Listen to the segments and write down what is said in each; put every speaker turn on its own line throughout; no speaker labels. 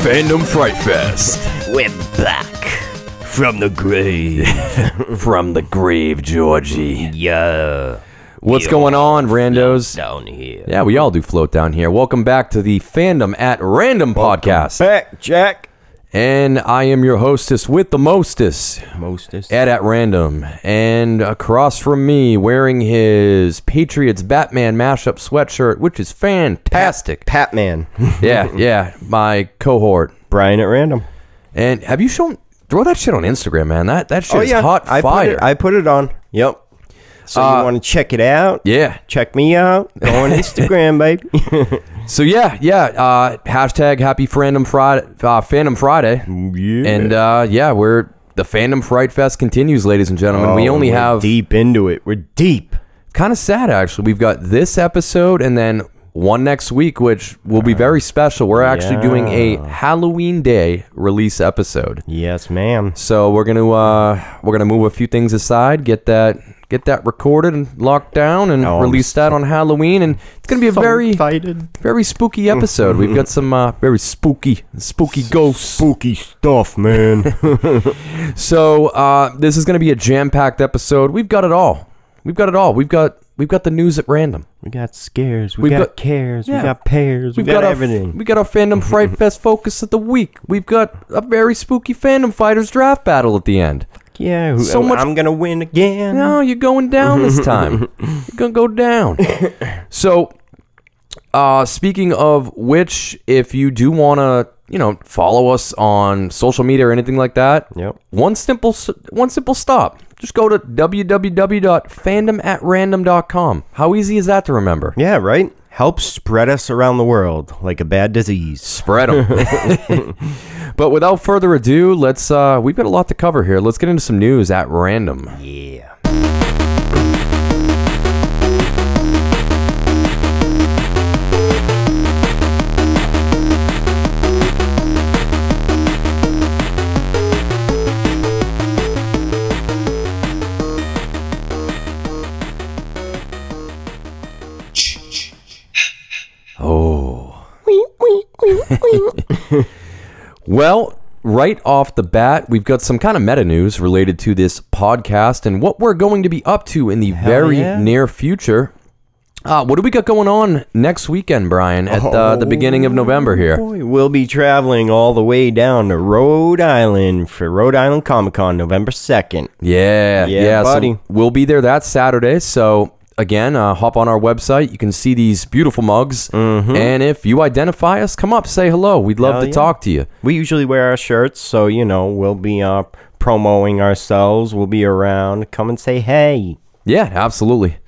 Fandom Fright Fest.
We're back from the grave.
From the grave, Georgie.
yeah.
What's
Yeah.
going on, randos?
Down here.
Yeah, we all do float down here. Welcome back to the Fandom at Random podcast.
Back, Jack.
And I am your hostess with the mostest,
Mostest.
Ed at Random. And across from me, wearing his Patriots Batman mashup sweatshirt, which is fantastic.
Patman.
yeah, yeah, my cohort.
Brian at random.
And have you shown. Throw that shit on Instagram, man. That that shit is hot
Oh, I
fire.
Put it, I put it on. Yep. So you want to check it out?
yeah,
Check me out. Go on Instagram, baby.
So yeah, yeah. Uh, hashtag Happy Fandom Friday, uh, Fandom Friday, and uh, yeah, we're the Fandom Fright Fest continues, ladies and gentlemen. we only
Oh, We're
have
deep into it. We're deep.
kind of sad actually. We've got this episode and then one next week, which will
Uh,
be very special. We're actually doing a Halloween Day release episode,
Yes, ma'am.
so we're gonna uh, we're gonna move a few things aside, get that get that recorded and locked down, and
Oh, I'm
release that on Halloween, and it's gonna be a very
excited.
very spooky episode. We've got some uh, very spooky, spooky ghosts.
Spooky stuff, man.
So uh, this is going to be a jam-packed episode. We've got it all. We've got it all. We've got we've got the news at random.
we got scares. We
We've
got,
got-
cares.
yeah.
We got pears. We
We've
got,
our,
everything.
We got our fandom fright fest focus of the week. We've got a very spooky fandom fighters draft battle at the end.
yeah. Who, oh,
so much-
I'm gonna win again.
No, you're going down this time. you're gonna go down. so, uh, speaking of which, if you do wanna, you know, follow us on social media or anything like that,
Yep.
One simple, s- one simple stop. Just go to www.fandomatrandom.com. How easy is that to remember?
Yeah. Right. Help spread us around the world like a bad disease.
Spread them. but without further ado, let's. Uh, we've got a lot to cover here. Let's get into some news at random.
Yeah.
Well, right off the bat, we've got some kind of meta news related to this podcast and what we're going to be up to in the very
yeah.
near future. Uh, what do we got going on next weekend, Brian, at uh, the beginning of November here?
Boy, we'll be traveling all the way down to Rhode Island for Rhode Island Comic Con November 2nd.
Yeah,
Yeah,
yeah. so
buddy.
we'll be there that Saturday. So again, uh, hop on our website. You can see these beautiful mugs. And if you identify us, come up, say hello. We'd love
Mm-hmm. Hell
to
yeah.
talk to you.
We usually wear our shirts, so, you know, we'll be uh, promoting ourselves. We'll be around. Come and say hey.
Yeah, absolutely.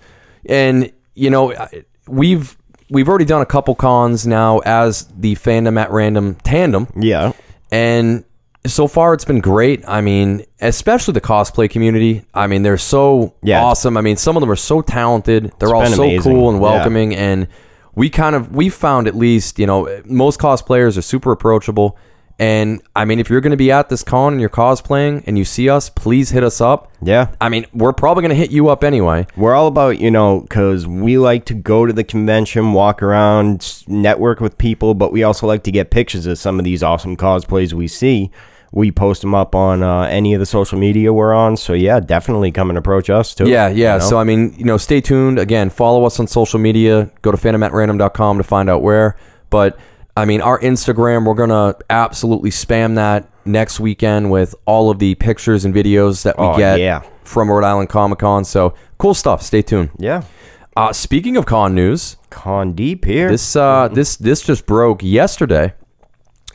And you know, I- we've we've already done a couple cons now as the fandom at random tandem,
Yeah.
and so far it's been great. I mean, especially the cosplay community. I mean, they're so
Yeah.
awesome. I mean, some of them are so talented. They're all
been
so
amazing.
cool and
Yeah.
welcoming and we kind of we found at least, you know, most cosplayers are super approachable. And I mean, if you're going to be at this con and you're cosplaying and you see us, please hit us up.
Yeah.
I mean, we're probably going to hit you up anyway.
We're all about, you know, because we like to go to the convention, walk around, s- network with people, but we also like to get pictures of some of these awesome cosplays we see. We post them up on uh, any of the social media we're on. So, yeah, definitely come and approach us too.
Yeah, yeah.
you know?
So I mean, you know, stay tuned. Again, follow us on social media. Go to phantomatrandom.com to find out where. But I mean, our Instagram, we're gonna absolutely spam that next weekend with all of the pictures and videos that we
Oh,
get
yeah.
from Rhode Island Comic Con. So cool stuff. Stay tuned.
Yeah.
Uh, speaking of con news,
Con deep here.
this uh,
Mm-hmm.
this this just broke yesterday,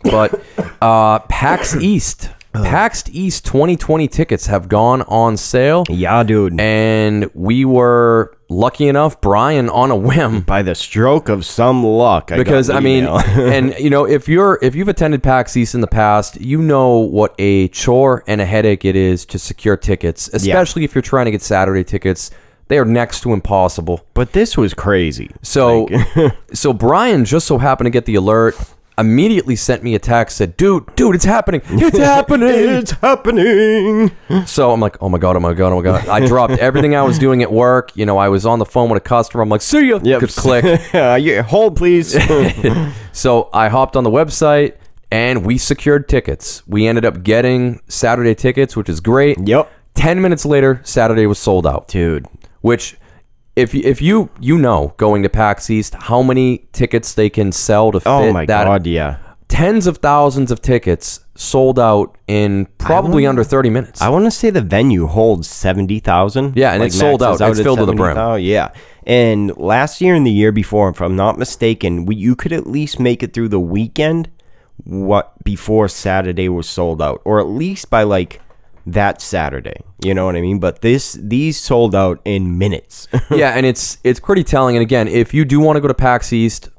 but uh, PAX East, PAX East 2020 tickets have gone on sale.
yeah, dude.
and we were lucky enough brian on a whim
by the stroke of some luck, I
because i mean and you know if you're if you've attended pax east in the past you know what a chore and a headache it is to secure tickets especially if you're trying to get saturday tickets they are next to impossible
but this was crazy.
so so brian just so happened to get the alert immediately sent me a text said dude dude it's happening it's happening
It's happening.
So I'm like, oh my god, oh my god, oh my god. I dropped everything I was doing at work. You know, I was on the phone with a customer. I'm like, see ya. Click.
yeah, hold please.
So I hopped on the website and we secured tickets. We ended up getting Saturday tickets, which is great.
Yep.
10 minutes later, Saturday was sold out.
Dude.
Which if you, if you you know going to PAX East how many tickets they can sell to fit
Oh my
that
god, yeah.
tens of thousands of tickets sold out in probably under 30 minutes.
I want to say the venue holds 70,000.
Yeah, and it's sold
maxes
out. It's
at
filled to the brim.
70,000, Yeah. And last year and the year before, if I'm not mistaken, we, you could at least make it through the weekend what before Saturday was sold out or at least by like that Saturday. You know what I mean? But this these sold out in minutes.
yeah, and it's it's pretty telling. And again, if you do want to go to PAX East,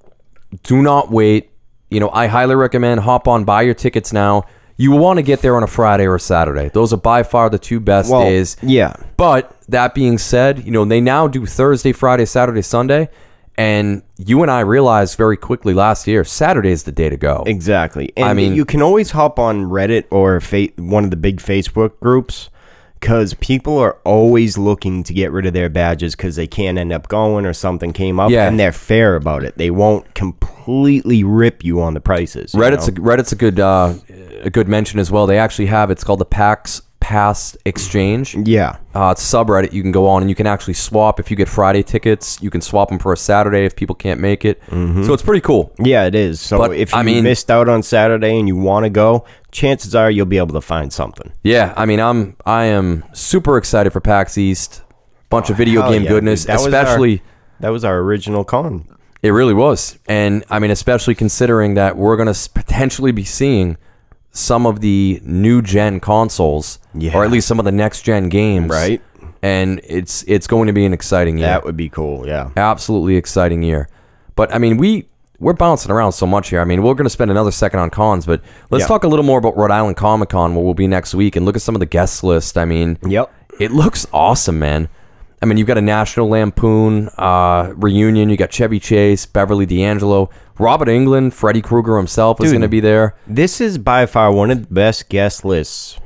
do not wait. You know, I highly recommend hop on, buy your tickets now. You want to get there on a Friday or a Saturday. Those are by far the two best
Well,
days.
yeah.
But that being said, you know, they now do Thursday, Friday, Saturday, Sunday. And you and I realized very quickly last year, Saturday is the day to go.
Exactly. And
I mean-
you can always hop on Reddit or fa- one of the big Facebook groups because people are always looking to get rid of their badges because they can't end up going or something came up.
Yeah.
And they're fair about it. They won't completely rip you on the prices. you
Reddit's
know?
a, Reddit's a good uh, a good mention as well. They actually have it's called the PAX Pass Exchange.
yeah.
uh, subreddit you can go on and you can actually swap if you get friday tickets you can swap them for a saturday if people can't make it
Mm-hmm.
so it's pretty cool
Yeah, it is. So
But,
if you
I mean-
missed out on Saturday and you want to go, chances are you'll be able to find something.
yeah i mean i'm i am super excited for pax east bunch of video
hell
game
yeah,
goodness
dude. That was our-
especially
That was our original con.
it really was and i mean especially considering that we're going to potentially be seeing some of the new gen consoles
Yeah.
or at least some of the next gen games
Right.
and it's it's going to be an exciting year
That would be cool. Yeah.
absolutely exciting year. But I mean, we we're bouncing around so much here. I mean, we're going to spend another second on cons, but let's
Yeah.
talk a little more about Rhode Island Comic Con, where we'll be next week, and look at some of the guest list. I mean,
Yep.
it looks awesome, man. I mean, you've got a National Lampoon uh, reunion. You got Chevy Chase, Beverly D'Angelo, Robert England, Freddy Krueger himself is going to be there.
This is by far one of the best guest lists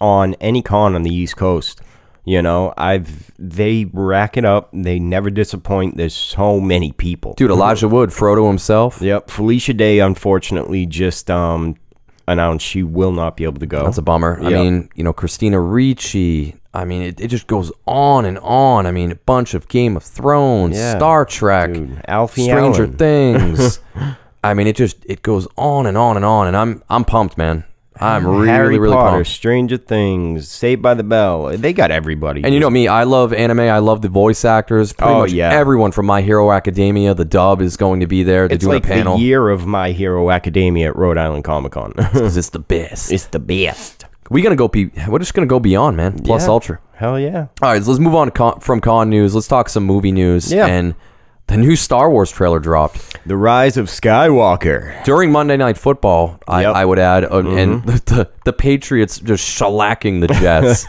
on any con on the East Coast. You know, I've they rack it up. They never disappoint. There's so many people.
Dude, Elijah Wood, Frodo himself.
Yep. Felicia Day unfortunately just um announced she will not be able to go.
That's a bummer. I
Yeah.
mean, you know, Christina Ricci. I mean, it, it just goes on and on. I mean, a bunch of Game of Thrones,
Yeah,
Star Trek,
dude. Alfie
Stranger
Allen.
Things. I mean, it just it goes on and on and on. And I'm I'm pumped, man. I'm really
Harry
really
Potter,
pumped.
Stranger Things, Saved by the Bell. They got everybody.
And you know me, I love anime. I love the voice actors. Pretty
Oh,
much
yeah.
everyone from My Hero Academia, the dub is going to be there. They're
it's
doing
like
a panel
the year of My Hero Academia at Rhode Island Comic Con.
'cause it's the best.
it's the best.
We're gonna go. Be, we're just gonna go beyond, man. Plus
Yeah.
Ultra.
Hell yeah.
All right, so let's move on to con, from con news. Let's talk some movie news.
Yeah.
And the new Star Wars trailer dropped
The Rise of Skywalker.
during Monday Night Football. I,
Yep. Mm-hmm.
I would add, uh, and the, the Patriots just shellacking the Jets.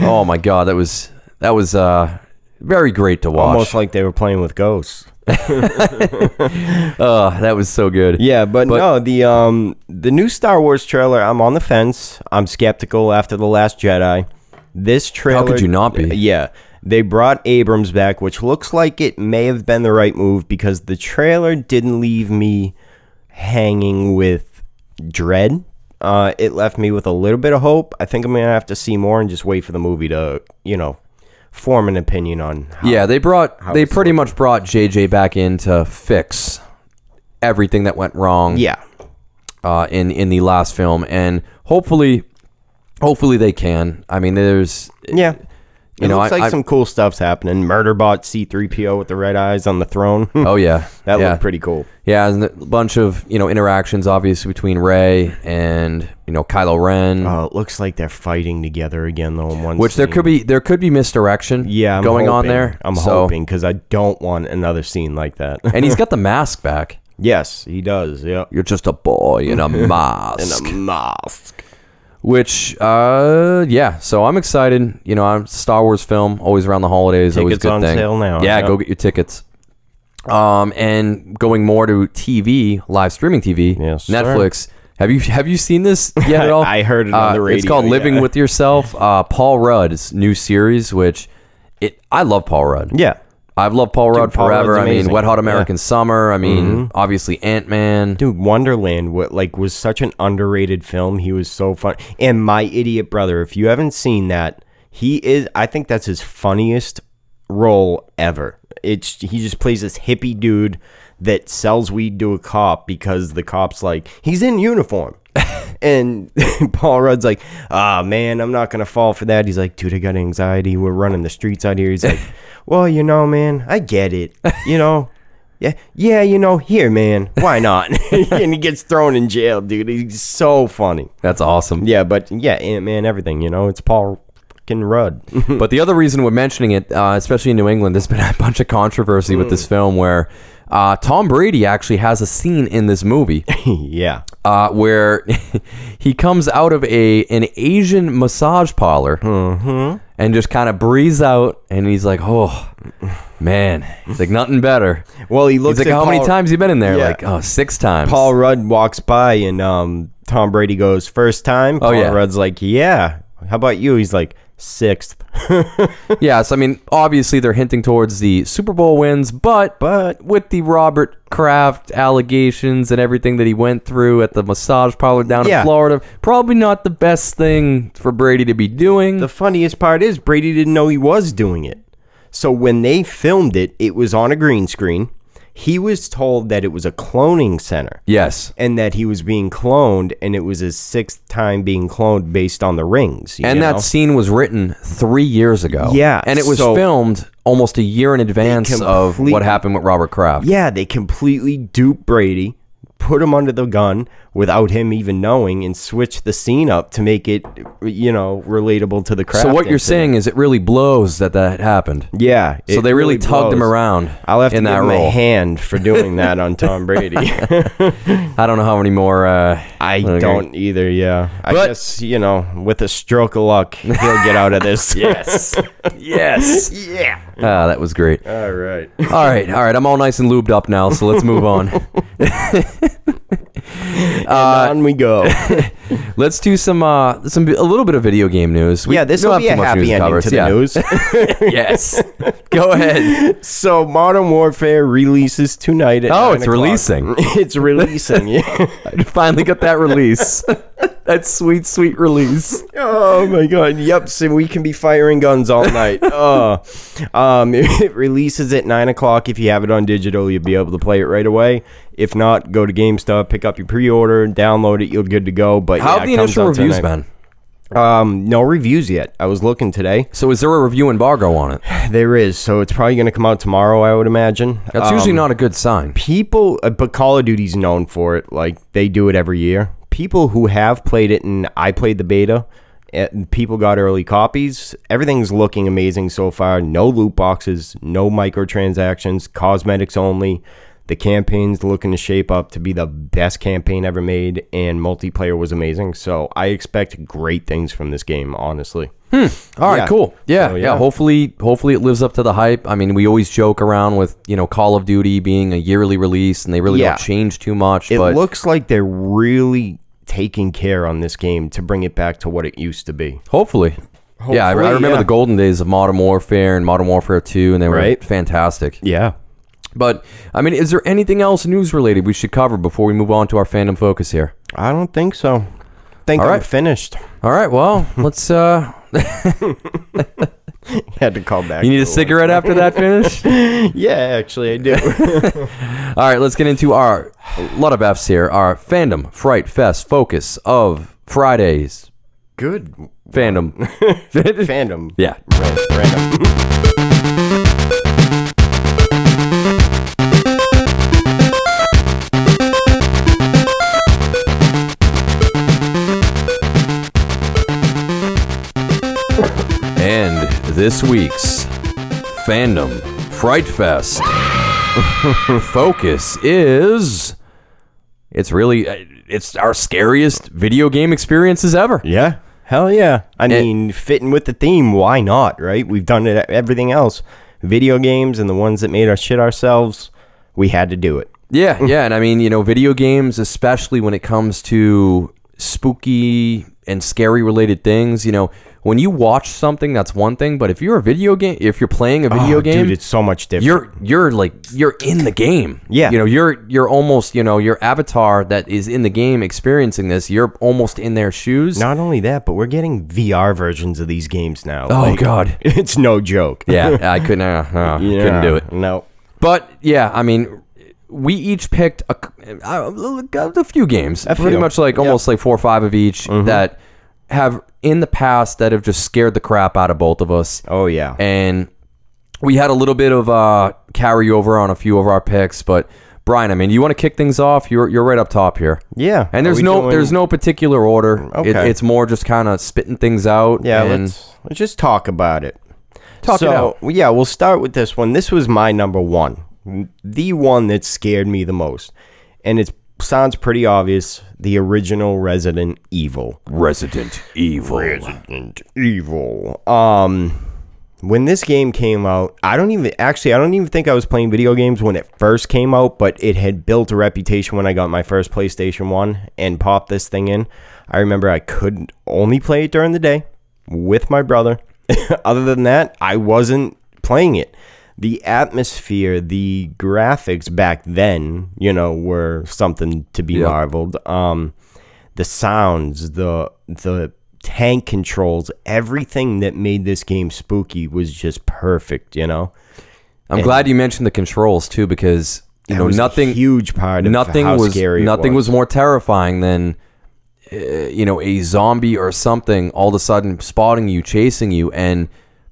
oh my God, that was that was uh, very great to watch.
Almost like they were playing with ghosts.
uh, that was so good.
Yeah, but, no, the um the new Star Wars trailer, I'm on the fence. I'm skeptical after The Last Jedi. This trailer
could you not be?
Yeah. They brought Abrams back, which looks like it may have been the right move because the trailer didn't leave me hanging with dread. Uh, it left me with a little bit of hope. I think I'm gonna have to see more and just wait for the movie to, you know, form an opinion on how
Yeah, they brought they pretty much brought JJ back in to fix everything that went wrong.
Yeah.
uh, in in the last film, and hopefully, hopefully they can. I mean, there's
Yeah. It
know,
looks
I-
like
I-
some cool stuff's happening. Murderbot C3PO with the red eyes on the throne.
oh yeah,
that
yeah.
looked pretty cool.
Yeah, and a bunch of you know interactions obviously between Ray and you know Kylo Ren,
Uh, it looks like they're fighting together again though in one
which there
scene.
could be there could be misdirection.
yeah, I'm
going on
hoping.
there.
I'm
So-
hoping cuz I don't want another scene like that.
and he's got the mask back.
yes, he does. Yeah.
You're just a boy in a
In
mask,
a mask.
which uh yeah. So I'm excited. You know, I'm Star Wars film always around the holidays. always a
Tickets
good
on
thing.
sale now,
Yeah,
yeah.
go get your tickets. Um, and going more to TV, live streaming TV,
Yes, sir.
Netflix. Have you have you seen this yet at all?
I heard it on
Uh,
the
It's
radio,
called
yeah.
Living with Yourself. Uh, Paul Rudd's new series, which it I love Paul Rudd.
Yeah.
I've loved Paul Rudd
Paul Rudd's
forever. I mean,
amazing.
Wet Hot
Yeah. Mm-hmm.
American Summer. I mean, obviously Ant Man.
Dude, Wonderland what like was such an underrated film. He was so fun. And My Idiot Brother, if you haven't seen that, he is I think that's his funniest role ever. It's he just plays this hippie dude that sells weed to a cop because the cop's like, he's in uniform. and Paul Rudd's like, ah man, I'm not gonna fall for that. He's like, dude, I got anxiety. We're running the streets out here. He's like, Well, you know, man, I get it. You know, yeah, yeah, you know, here, man, why not? and he gets thrown in jail, dude. He's so funny.
That's awesome.
Yeah, but yeah, Ant Man, everything, you know, it's Paul fucking Rudd.
but the other reason we're mentioning it, uh, especially in New England, there's been a bunch of controversy with
Hmm.
this film where uh, Tom Brady actually has a scene in this movie
yeah.
uh, where he comes out of a an Asian massage parlor
Mm-hmm.
and just kind of breathes out, and he's like, "Oh man," he's like, "Nothing better."
Well, he
He's
looks
like,
at
"How many
Paul-
times you been in there?"
Yeah.
Like, "Oh, six times."
Paul Rudd walks by and um, Tom Brady goes, first time. Paul
yeah.
Rudd's like, yeah. How about you? He's like, sixth.
Yeah, so I mean, obviously they're hinting towards the Super Bowl wins, but
But-
with the Robert Kraft allegations and everything that he went through at the massage parlor down
Yeah.
in Florida, probably not the best thing for Brady to be doing.
The funniest part is Brady didn't know he was doing it. So when they filmed it, it was on a green screen. He was told that it was a cloning center.
yes,
and that he was being cloned, and it was his sixth time being cloned based on the rings. you
and
know?
that scene was written three years ago.
Yeah,
and it was
so-
filmed almost a year in advance of
complete-
what happened with Robert Kraft.
yeah, they completely duped Brady, put him under the gun without him even knowing, and switched the scene up to make it, you know, relatable to the crowd.
so what you're saying is it really blows that that happened.
yeah.
So
it
they really, tugged him
blows.
around.
I'll have to
in
give
that
him
role.
a hand for doing that on Tom Brady.
I don't know how many more. Uh,
I
Okay.
don't either. Yeah, I
But-
guess you know, with a stroke of luck, he'll get out of this. yes.
yes. yeah. Ah, that was great.
All right.
All right, all right. I'm all nice and lubed up now, so let's move on. Uh,
and on we go.
let's do some uh some a little bit of video game news. We
yeah, this
don't
will
have
be
too
a
much news
happy ending
cover,
to
so yeah.
the news.
yes. Go ahead.
so, Modern Warfare releases tonight. At
Oh,
9
it's
o'clock.
releasing.
it's releasing. Yeah.
I finally got that release. that sweet, sweet release.
oh my god. Yep. So we can be firing guns all night. Oh. Um, it releases at nine o'clock. If you have it on digital, you'll be able to play it right away. If not, go to GameStop, pick up your pre-order, download it. You're good to go. But
How
yeah,
have the
it comes
initial
out
reviews
tonight.
been?
Um, no reviews yet. I was looking today.
So is there a review embargo on it?
There is. So it's probably going to come out tomorrow. I would imagine.
That's
Um,
usually not a good sign.
people uh, but call of duty's known for it like they do it every year people who have played it and i played the beta and people got early copies everything's looking amazing so far no loot boxes no microtransactions cosmetics only the campaign's looking to shape up to be the best campaign ever made and multiplayer was amazing so i expect great things from this game honestly
All right,
Yeah.
cool. Yeah,
So,
yeah,
Oh, yeah.
Hopefully, hopefully it lives up to the hype. I mean, we always joke around with you know Call of Duty being a yearly release, and they really
Yeah.
don't change too much.
it
but
looks like they're really taking care on this game to bring it back to what it used to be
Hopefully. yeah, I, I
Hopefully,
remember
yeah.
the golden days of Modern Warfare and Modern Warfare 2, and they were
Right.
fantastic.
yeah
But, I mean, is there anything else news related we should cover before we move on to our fandom focus here?
I don't think so. Think
All
I'm
right.
finished.
All right, well, let's. uh
Had to call back.
You need
for
a cigarette after that finish? All
one. Yeah, actually, I do.
right, let's get into our. A lot of F's here. Our fandom, fright, fest, focus of Fridays.
Good
Fandom.
fandom.
yeah.
Random.
And this week's fandom fright fest focus is it's really uh, it's our scariest video game experiences ever.
Yeah. Hell yeah. I mean, fitting with the theme, why not, right? We've done it everything else. Video games and the ones that made our shit ourselves, we had to do it.
Yeah, yeah, and I mean, you know, video games especially when it comes to spooky and scary related things. You know, when you watch something, that's one thing. But if you're a video game, if you're playing a video
Oh,
game,
dude, it's so much different.
you're you're like you're in the game.
Yeah.
You know, you're you're almost, you know, your avatar that is in the game experiencing this, you're almost in their shoes.
Not only that, but we're getting VR versions of these games now.
oh god.
It's no joke.
Yeah, I couldn't uh, uh, couldn't do it.
No.
But yeah, I mean, we each picked a, c- a- a few games, pretty
few. Mm-hmm.
much like almost like four or five of each that have in the past that have just scared the crap out of both of us.
Oh yeah.
And we had a little bit of uh, carryover on a few of our picks, but Brian, I mean, you want to kick things off? You're you're right up top here.
yeah.
And there's no there's no particular order. It,
Okay.
it's more just kind of spitting things out.
Yeah,
and
let's let's just talk about it.
Talk it
so,
out.
Yeah, we'll start with this one. This was my number one, the one that scared me the most, and it sounds pretty obvious. The original Resident Evil.
Resident Evil.
Resident Evil. Um, when this game came out, I don't even actually I don't even think I was playing video games when it first came out, but it had built a reputation when I got my first PlayStation One and popped this thing in. I remember I could only play it during the day with my brother. Other than that, I wasn't playing it. The atmosphere, the graphics back then, you know, were something to be
Yeah.
marveled. Um, the sounds, the the tank controls, everything that made this game spooky was just perfect. You know,
I'm glad you mentioned the controls too, because you
That
know
was a
nothing
huge part. Of
nothing
how
was
scary it
nothing was. more terrifying than uh, you know a zombie or something all of a sudden spotting you, chasing you, and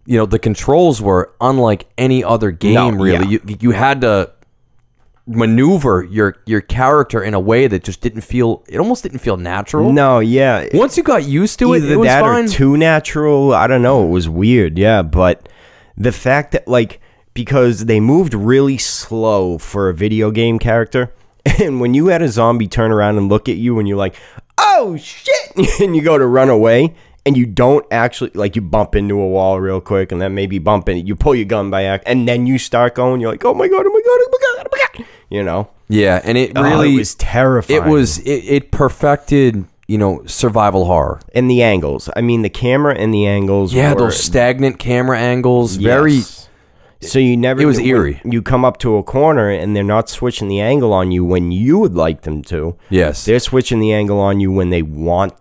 you know the controls were unlike any other game. really,
yeah.
you you had to maneuver your your character in a way that just didn't feel it almost didn't feel natural.
No, yeah,
Once you got used to it,
either
it was
that
fine.
or too natural. I don't know. It was weird. Yeah, but the fact that like because they moved really slow for a video game character, and when you had a zombie turn around and look at you, and you're like, "Oh shit!" and you go to run away. And you don't actually like you bump into a wall real quick, and then maybe bump in. You pull your gun by act, and then you start going. You're like, "Oh my god! Oh my god! Oh my god! Oh my god!" You know,
yeah, and it
Oh,
really
it was terrifying.
it was it, it perfected you know survival horror.
in the angles. I mean, the camera and the angles.
Yeah,
were
those stagnant camera angles. Very
Yes. So you never.
It was
when
eerie.
You come up to a corner and they're not switching the angle on you when you would like them to.
yes.
They're switching the angle on you when they want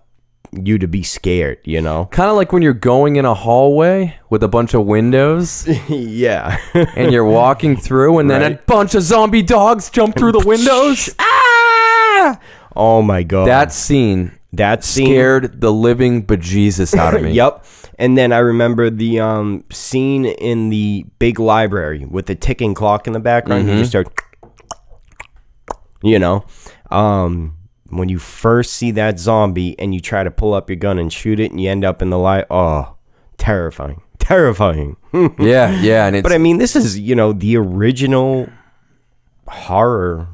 you to be scared. You know.
Kind of like when you're going in a hallway with a bunch of windows
yeah.
and you're walking through, and then a bunch of zombie dogs jump through the windows.
ah! Oh my god.
That scene
that scene.
scared the living bejesus out of me.
Yep. And then I remember the um, scene in the big library with the ticking clock in the background.
Mm-hmm.
You just start, you know, um, when you first see that zombie and you try to pull up your gun and shoot it, and you end up in the light. Oh, terrifying! Terrifying.
Yeah, yeah, and it's
But I mean, this is you know the original horror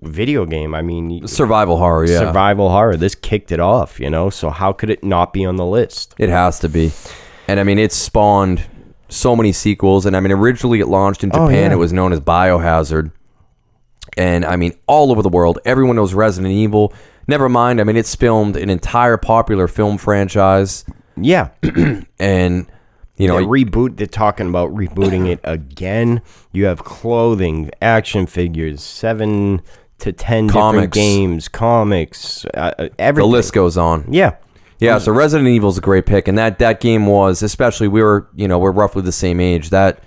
video game. I mean,
survival horror. Yeah,
survival horror. This kicked it off. You know, so how could it not be on the list?
it has to be. And I mean, it spawned so many sequels. And I mean, originally it launched in Japan.
Oh, yeah.
It was known as Biohazard. and I mean all over the world. Everyone knows Resident Evil. Never mind, I mean it's filmed an entire popular film franchise,
Yeah.
and you know
They reboot. They're talking about rebooting it again. You have clothing, action figures, seven to ten different
Comics.
games, comics, uh, uh,
the
everything.
list goes on.
Yeah,
Yeah, so Resident Evil is a great pick, and that that game was especially we were you know we're roughly the same age. That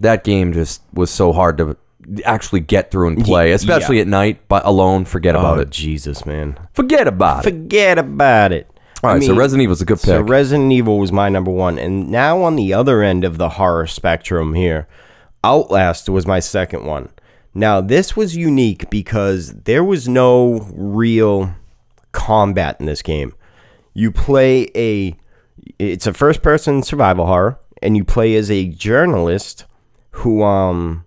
that game just was so hard to actually get through and play,
yeah.
especially at night, but alone. Forget about
oh
it.
Jesus, man,
Forget about it.
forget about it.
All right, so
mean,
Resident Evil's a good pick.
So Resident Evil was my number one, and now on the other end of the horror spectrum here, Outlast was my second one. Now this was unique because there was no real combat in this game. You play a it's a first person survival horror, and you play as a journalist who um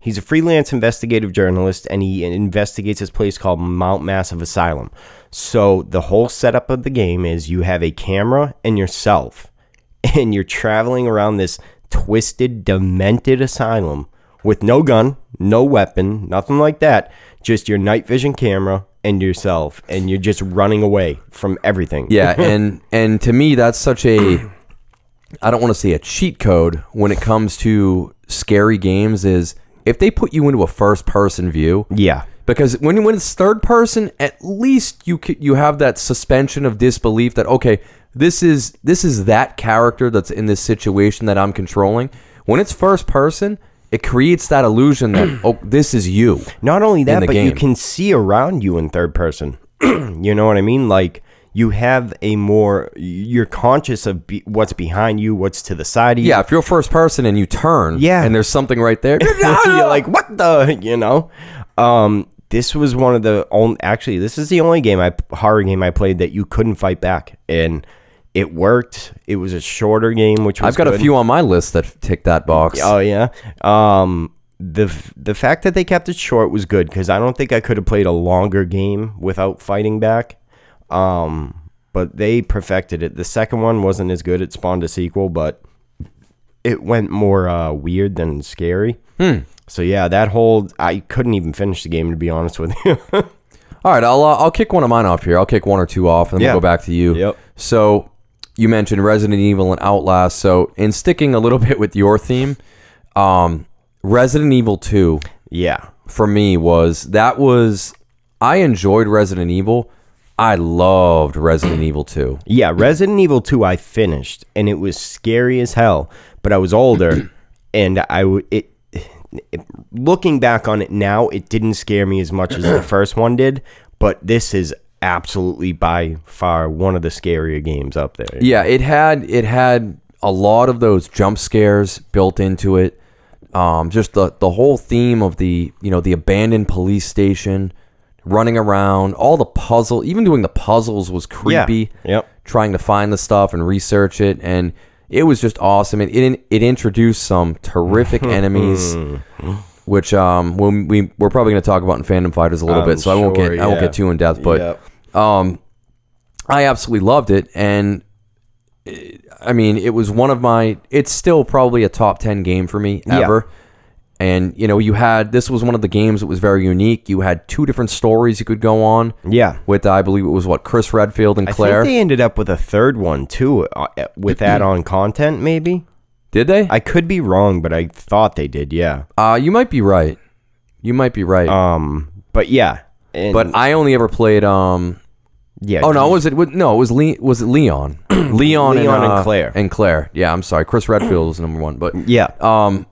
He's a freelance investigative journalist and he investigates this place called Mount Massive Asylum. So, the whole setup of the game is you have a camera and yourself, and you're traveling around this twisted, demented asylum with no gun, no weapon, nothing like that. Just your night vision camera and yourself, and you're just running away from everything.
Yeah, and and to me that's such a I don't want to say a cheat code when it comes to scary games is if they put you into a first person view.
yeah,
Because when when it's third person, at least you c- you have that suspension of disbelief that okay, this is this is that character that's in this situation that I'm controlling. When it's first person, it creates that illusion that oh, this is you.
Not only that,
the
but you
game.
can see around you in third person. you know what I mean? Like you have a more you're conscious of be, what's behind you, what's to the side of you.
Yeah, if you're first person and you turn,
Yeah.
and there's something right there.
you're like, what the? You know, um, this was one of the only. Actually, this is the only game I horror game I played that you couldn't fight back, and it worked. It was a shorter game, which was
I've got a
good.
few on my list that tick that box.
Oh yeah. Um, the f- the fact that they kept it short was good because I don't think I could have played a longer game without fighting back. Um, but they perfected it. The second one wasn't as good. It spawned a sequel, but it went more uh, weird than scary. So yeah, that whole I couldn't even finish the game to be honest with you.
All right, I'll uh, I'll kick one of mine off here. I'll kick one or two off, and then
Yeah.
we'll go back to you.
Yep.
So you mentioned Resident Evil and Outlast. So in sticking a little bit with your theme, um, Resident Evil Two
yeah.
for me was that was I enjoyed Resident Evil. I loved Resident Evil Two.
Yeah, Resident Evil 2 I finished and it was scary as hell, but I was older and I w- it, it looking back on it now, it didn't scare me as much as the first one did, but this is absolutely by far one of the scarier games up there.
Yeah, it had it had a lot of those jump scares built into it. Um, just the the whole theme of the you know the abandoned police station, running around, all the puzzle, even doing the puzzles was creepy.
Yep.
Trying to find the stuff and research it, and it was just awesome. It it, it introduced some terrific enemies. Which um when we we're probably going to talk about in Phantom Fighters a little
I'm
bit, so I won't
sure,
get I won't
yeah.
get too in depth, but
Yep.
Um, I absolutely loved it, and uh, I mean, it was one of my. It's still probably a top ten game for me
Yeah.
ever. And you know, you had this was one of the games that was very unique. You had two different stories you could go on.
Yeah.
with I believe it was what Chris Redfield and
I
Claire
think they ended up with a third one too uh, with add-on content maybe.
did they?
I could be wrong, but I thought they did, yeah.
uh, you might be right. You might be right.
Um but yeah. And,
but I only ever played. Um,
yeah.
oh no, was it? was- No, it was Le- was it Leon? Leon, Leon and,
Leon and
uh,
Claire.
and Claire. Yeah, I'm sorry. Chris Redfield was number one, but
Yeah.
um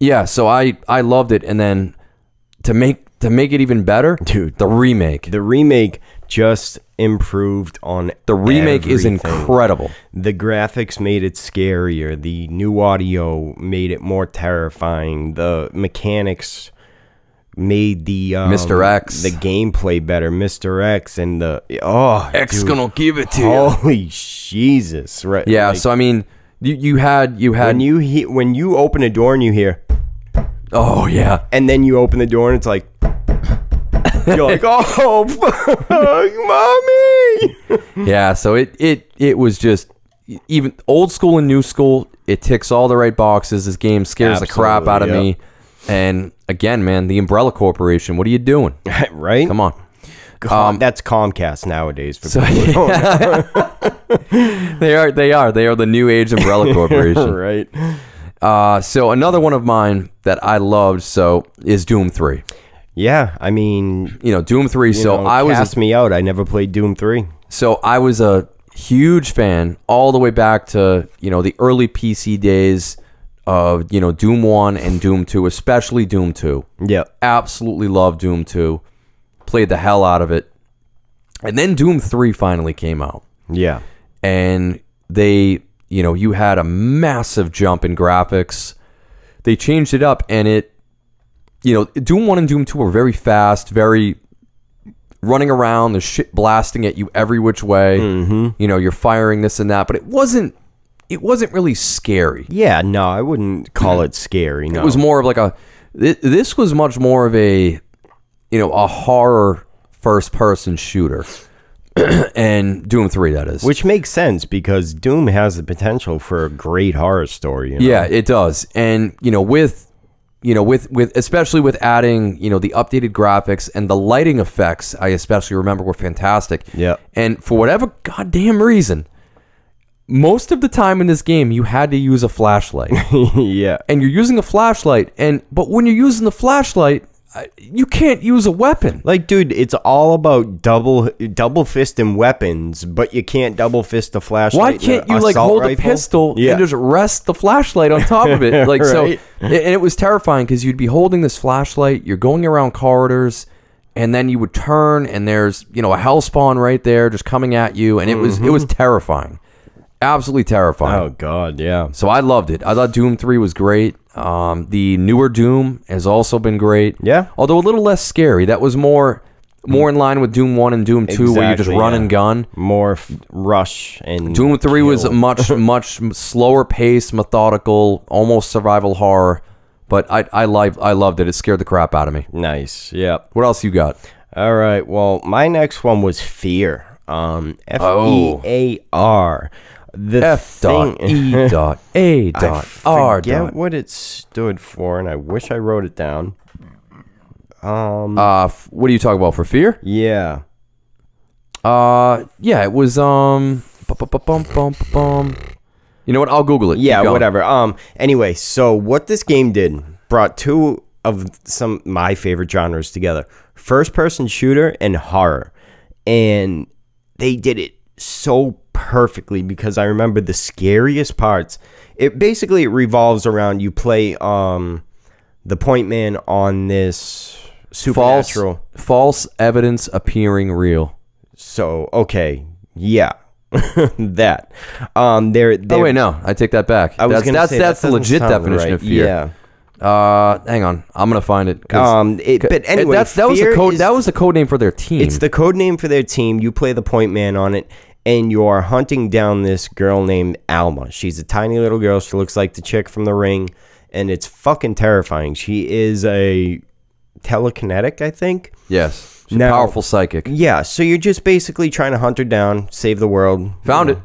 yeah so i i loved it and then to make to make it even better
Dude.
the remake the,
The remake just improved on the
remake is incredible
The graphics made it scarier. The new audio made it more terrifying. The mechanics made the um,
Mr. X.
the gameplay better. Mr. X and the oh dude,
gonna give it to
holy Jesus right
Oh, yeah
like,
so i mean you, you had you had
when you he- when you open a door and you hear
oh yeah
and then you open the door and it's like you're like oh fuck, mommy
yeah so it it it was just e, even old school and new school it ticks all the right boxes this game scares the crap
Absolutely,
out of
yeah.
me and again man the umbrella corporation what are you doing
right
come on
Com- that's Comcast nowadays. For
Um, So-
people who don't know,
they are they are they are the new age umbrella corporation
right?
Uh, so another one of mine that I loved so is Doom Three.
Yeah, I mean,
You know, Doom Three. so I was
asked me out. I never played Doom three.
so I was a huge fan all the way back to you know the early PC days of you know Doom One and Doom Two, especially Doom Two.
Yeah,
Absolutely loved Doom Two. Played the hell out of it, and then Doom Three finally came out.
yeah,
and they you know you had a massive jump in graphics they changed it up and it you know doom 1 and doom 2 were very fast very running around the shit blasting at you every which way you know you're firing this and that but it wasn't it wasn't really scary
yeah. No, I wouldn't call it scary. No,
it was more of like a thi- this was much more of a you know a horror first person shooter and doom 3 that is
which makes sense because Doom has the potential for a great horror story. You know?
Yeah, it does. And you know, with you know, with with especially with adding, you know, the updated graphics and the lighting effects, I especially remember were fantastic.
Yeah.
And for whatever goddamn reason, most of the time in this game, you had to use a flashlight,
yeah.
and you're using a flashlight, and but when you're using the flashlight, I- you can't use a weapon.
Like, dude, it's all about double double fisting weapons, but you can't double fist a flashlight.
Why
and
can't
a
you like
assault
hold
rifle.
a pistol
Yeah.
and just rest the flashlight on top of it? Like so,
Right.
and it was terrifying because you'd be holding this flashlight, you're going around corridors, and then you would turn, and there's you know a hell spawn right there just coming at you, and it was it was terrifying, absolutely terrifying.
Mm-hmm. oh god, yeah.
So I loved it. I thought Doom Three was great. Um, the newer Doom has also been great.
Yeah. Mm.
although a little less scary. That was more more in line with Doom One and Doom Two, where you just
Exactly,
run
yeah.
and gun.
More f- rush and
Doom Three was
kill.
a much much slower pace, methodical, almost survival horror. But I I like I loved it. It scared the crap out of me.
nice. Yeah.
What else you got?
All right. Well, my next one was fear. Um, F
Oh.
E A R. The
F dot
thing-
E dot A
I
dot R
forget
dot.
what it stood for, and I wish I wrote it down.
Uh, f- what are you talking about for fear?
Yeah.
Uh, yeah, it was um. bum-bum-bum-bum-bum. You know what? I'll Google it.
Yeah,
Keep going.
whatever. Um. Anyway, so what this game did brought two of some my favorite genres together: first-person shooter and horror, and they did it so perfectly because I remember the scariest parts. It basically it revolves around you play um the point man on this
False,
supernatural.
false evidence appearing real.
So okay, yeah, that. Um, they're, they're
Oh wait, no, I take that back.
I was
that's
gonna
that's,
say, that
that's the
doesn't
legit
sound
definition
right.
of fear.
Yeah.
Uh, hang on, I'm gonna find it. 'cause-
Um, it, but
And
anyway,
that's, that was
fear
a code.
is-
that was the code name for their team.
It's the code name for their team. You play the point man on it, and you are hunting down this girl named Alma. She's a tiny little girl. She looks like the chick from The Ring, and it's fucking terrifying. She is a telekinetic, I think.
yes, She's a
Now-
powerful psychic.
Yeah. So you're just basically trying to hunt her down, save the world.
Found it.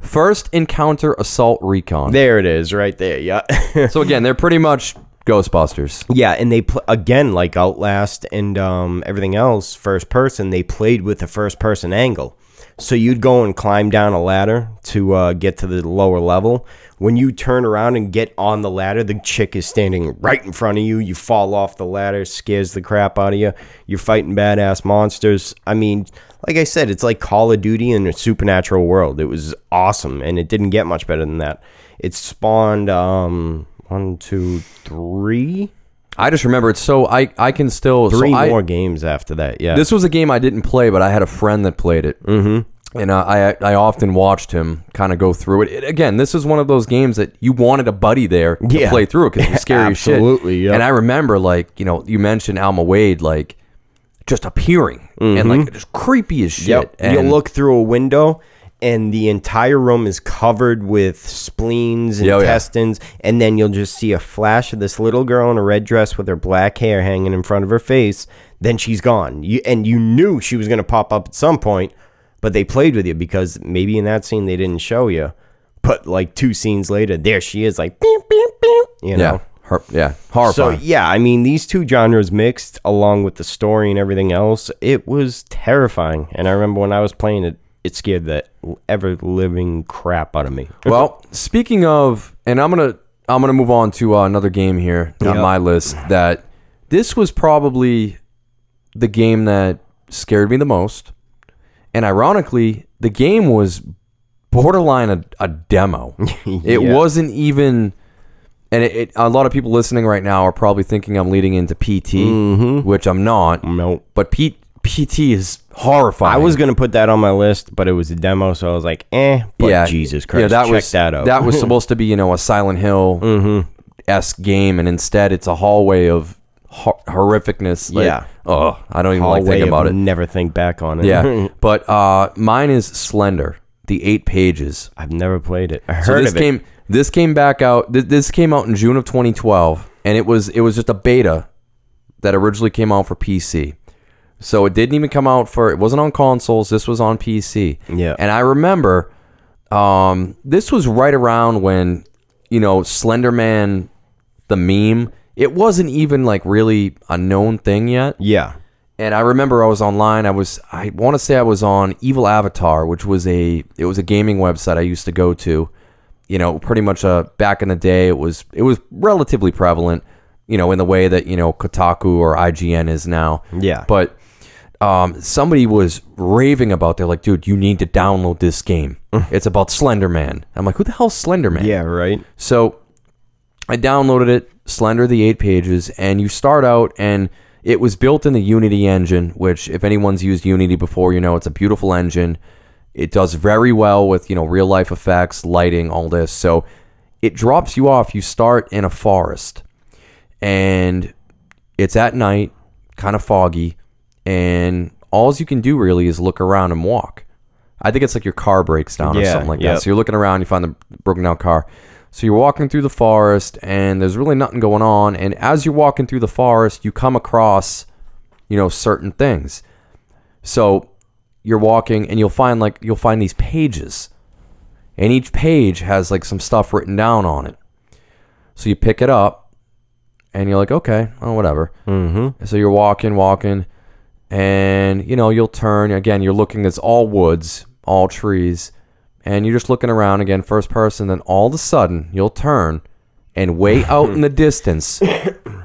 First encounter assault recon.
There it is, right there. Yeah.
so again, they're pretty much Ghostbusters.
Yeah, and they pl- again like Outlast and um, everything else, first person. They played with the first person angle, so you'd go and climb down a ladder to uh, get to the lower level. When you turn around and get on the ladder, the chick is standing right in front of you. You fall off the ladder, scares the crap out of you. You're fighting badass monsters. I mean, like I said, it's like Call of Duty in a supernatural world. It was awesome, and it didn't get much better than that. It spawned um, one, two, three
I just remember it's so I I can still so
three
I-
more games after that. Yeah.
This was a game I didn't play, but I had a friend that played it, mm-hmm. and uh, I I often watched him kind of go through it. it. Again, this is one of those games that you wanted a buddy there to
Yeah.
play through because it's scary as shit.
Absolutely, yeah.
And I remember, like you know, you mentioned Alma Wade, like just appearing and like just creepy as shit.
Mm-hmm. yep.
And
you look through a window and the entire room is covered with spleens,
Yeah, oh, yeah.
intestines, and then you'll just see a flash of this little girl in a red dress with her black hair hanging in front of her face. Then she's gone. You and you knew she was going to pop up at some point, but they played with you because maybe in that scene they didn't show you. But like two scenes later, there she is, like, beep, beep, beep, you know.
yeah, her, yeah, horrifying.
So yeah, I mean these two genres mixed along with the story and everything else, it was terrifying. And I remember when I was playing it, it scared the ever living crap out of me.
well, speaking of, and I'm gonna I'm gonna move on to uh, another game here on my list that this was probably the game that scared me the most, and ironically, the game was borderline a, a demo. It
Yeah.
wasn't even. And it, it, a lot of people listening right now are probably thinking I'm leading into PT,
Mm-hmm.
which I'm not.
No.
But P, PT is horrifying.
I was gonna put that on my list, but it was a demo, so I was like, eh. But Jesus Christ,
that
check
was
that out.
that was supposed to be you know a Silent Hill
Mm-hmm.
esque game, and instead it's a hallway of hor- horrificness. Like,
Yeah.
Oh, I don't even
All
like thinking
way
about
about
it.
Never think back on it.
yeah. but uh, mine is Slender, the eight pages.
I've never played it. I heard
So this
of it.
came this came back out. Th- this came out in June of 2012, and it was it was just a beta that originally came out for PC. So it didn't even come out for it wasn't on consoles. This was on PC.
Yeah.
and I remember um, this was right around when you know Slenderman, the meme it wasn't even like really a known thing yet.
Yeah.
And I remember I was online. I was I want to say I was on Evil Avatar, which was a it was a gaming website I used to go to. You know, pretty much uh, back in the day, it was it was relatively prevalent. You know, in the way that you know Kotaku or IGN is now.
Yeah.
But um, somebody was raving about. They're like, "Dude, you need to download this game. it's about Slender Man." I'm like, "Who the hell's Slender Man?"
Yeah, right?
So I downloaded it, Slender the eight pages, and you start out and it was built in the Unity engine, which if anyone's used Unity before, you know it's a beautiful engine. It does very well with, you know, real life effects, lighting, all this. So it drops you off. You start in a forest and it's at night, kind of foggy, and all you can do really is look around and walk. I think it's like your car breaks down or
Yeah,
something like
yep.
that. So you're looking around, you find the broken down car. So you're walking through the forest, and there's really nothing going on. And as you're walking through the forest, you come across, you know, certain things. So you're walking, and you'll find like you'll find these pages, and each page has like some stuff written down on it. So you pick it up, and you're like, okay, oh whatever. Mm-hmm. So you're walking, walking, and you know you'll turn again. You're looking. It's all woods, all trees, and you're just looking around again, first person. Then all of a sudden, you'll turn, and way out in the distance,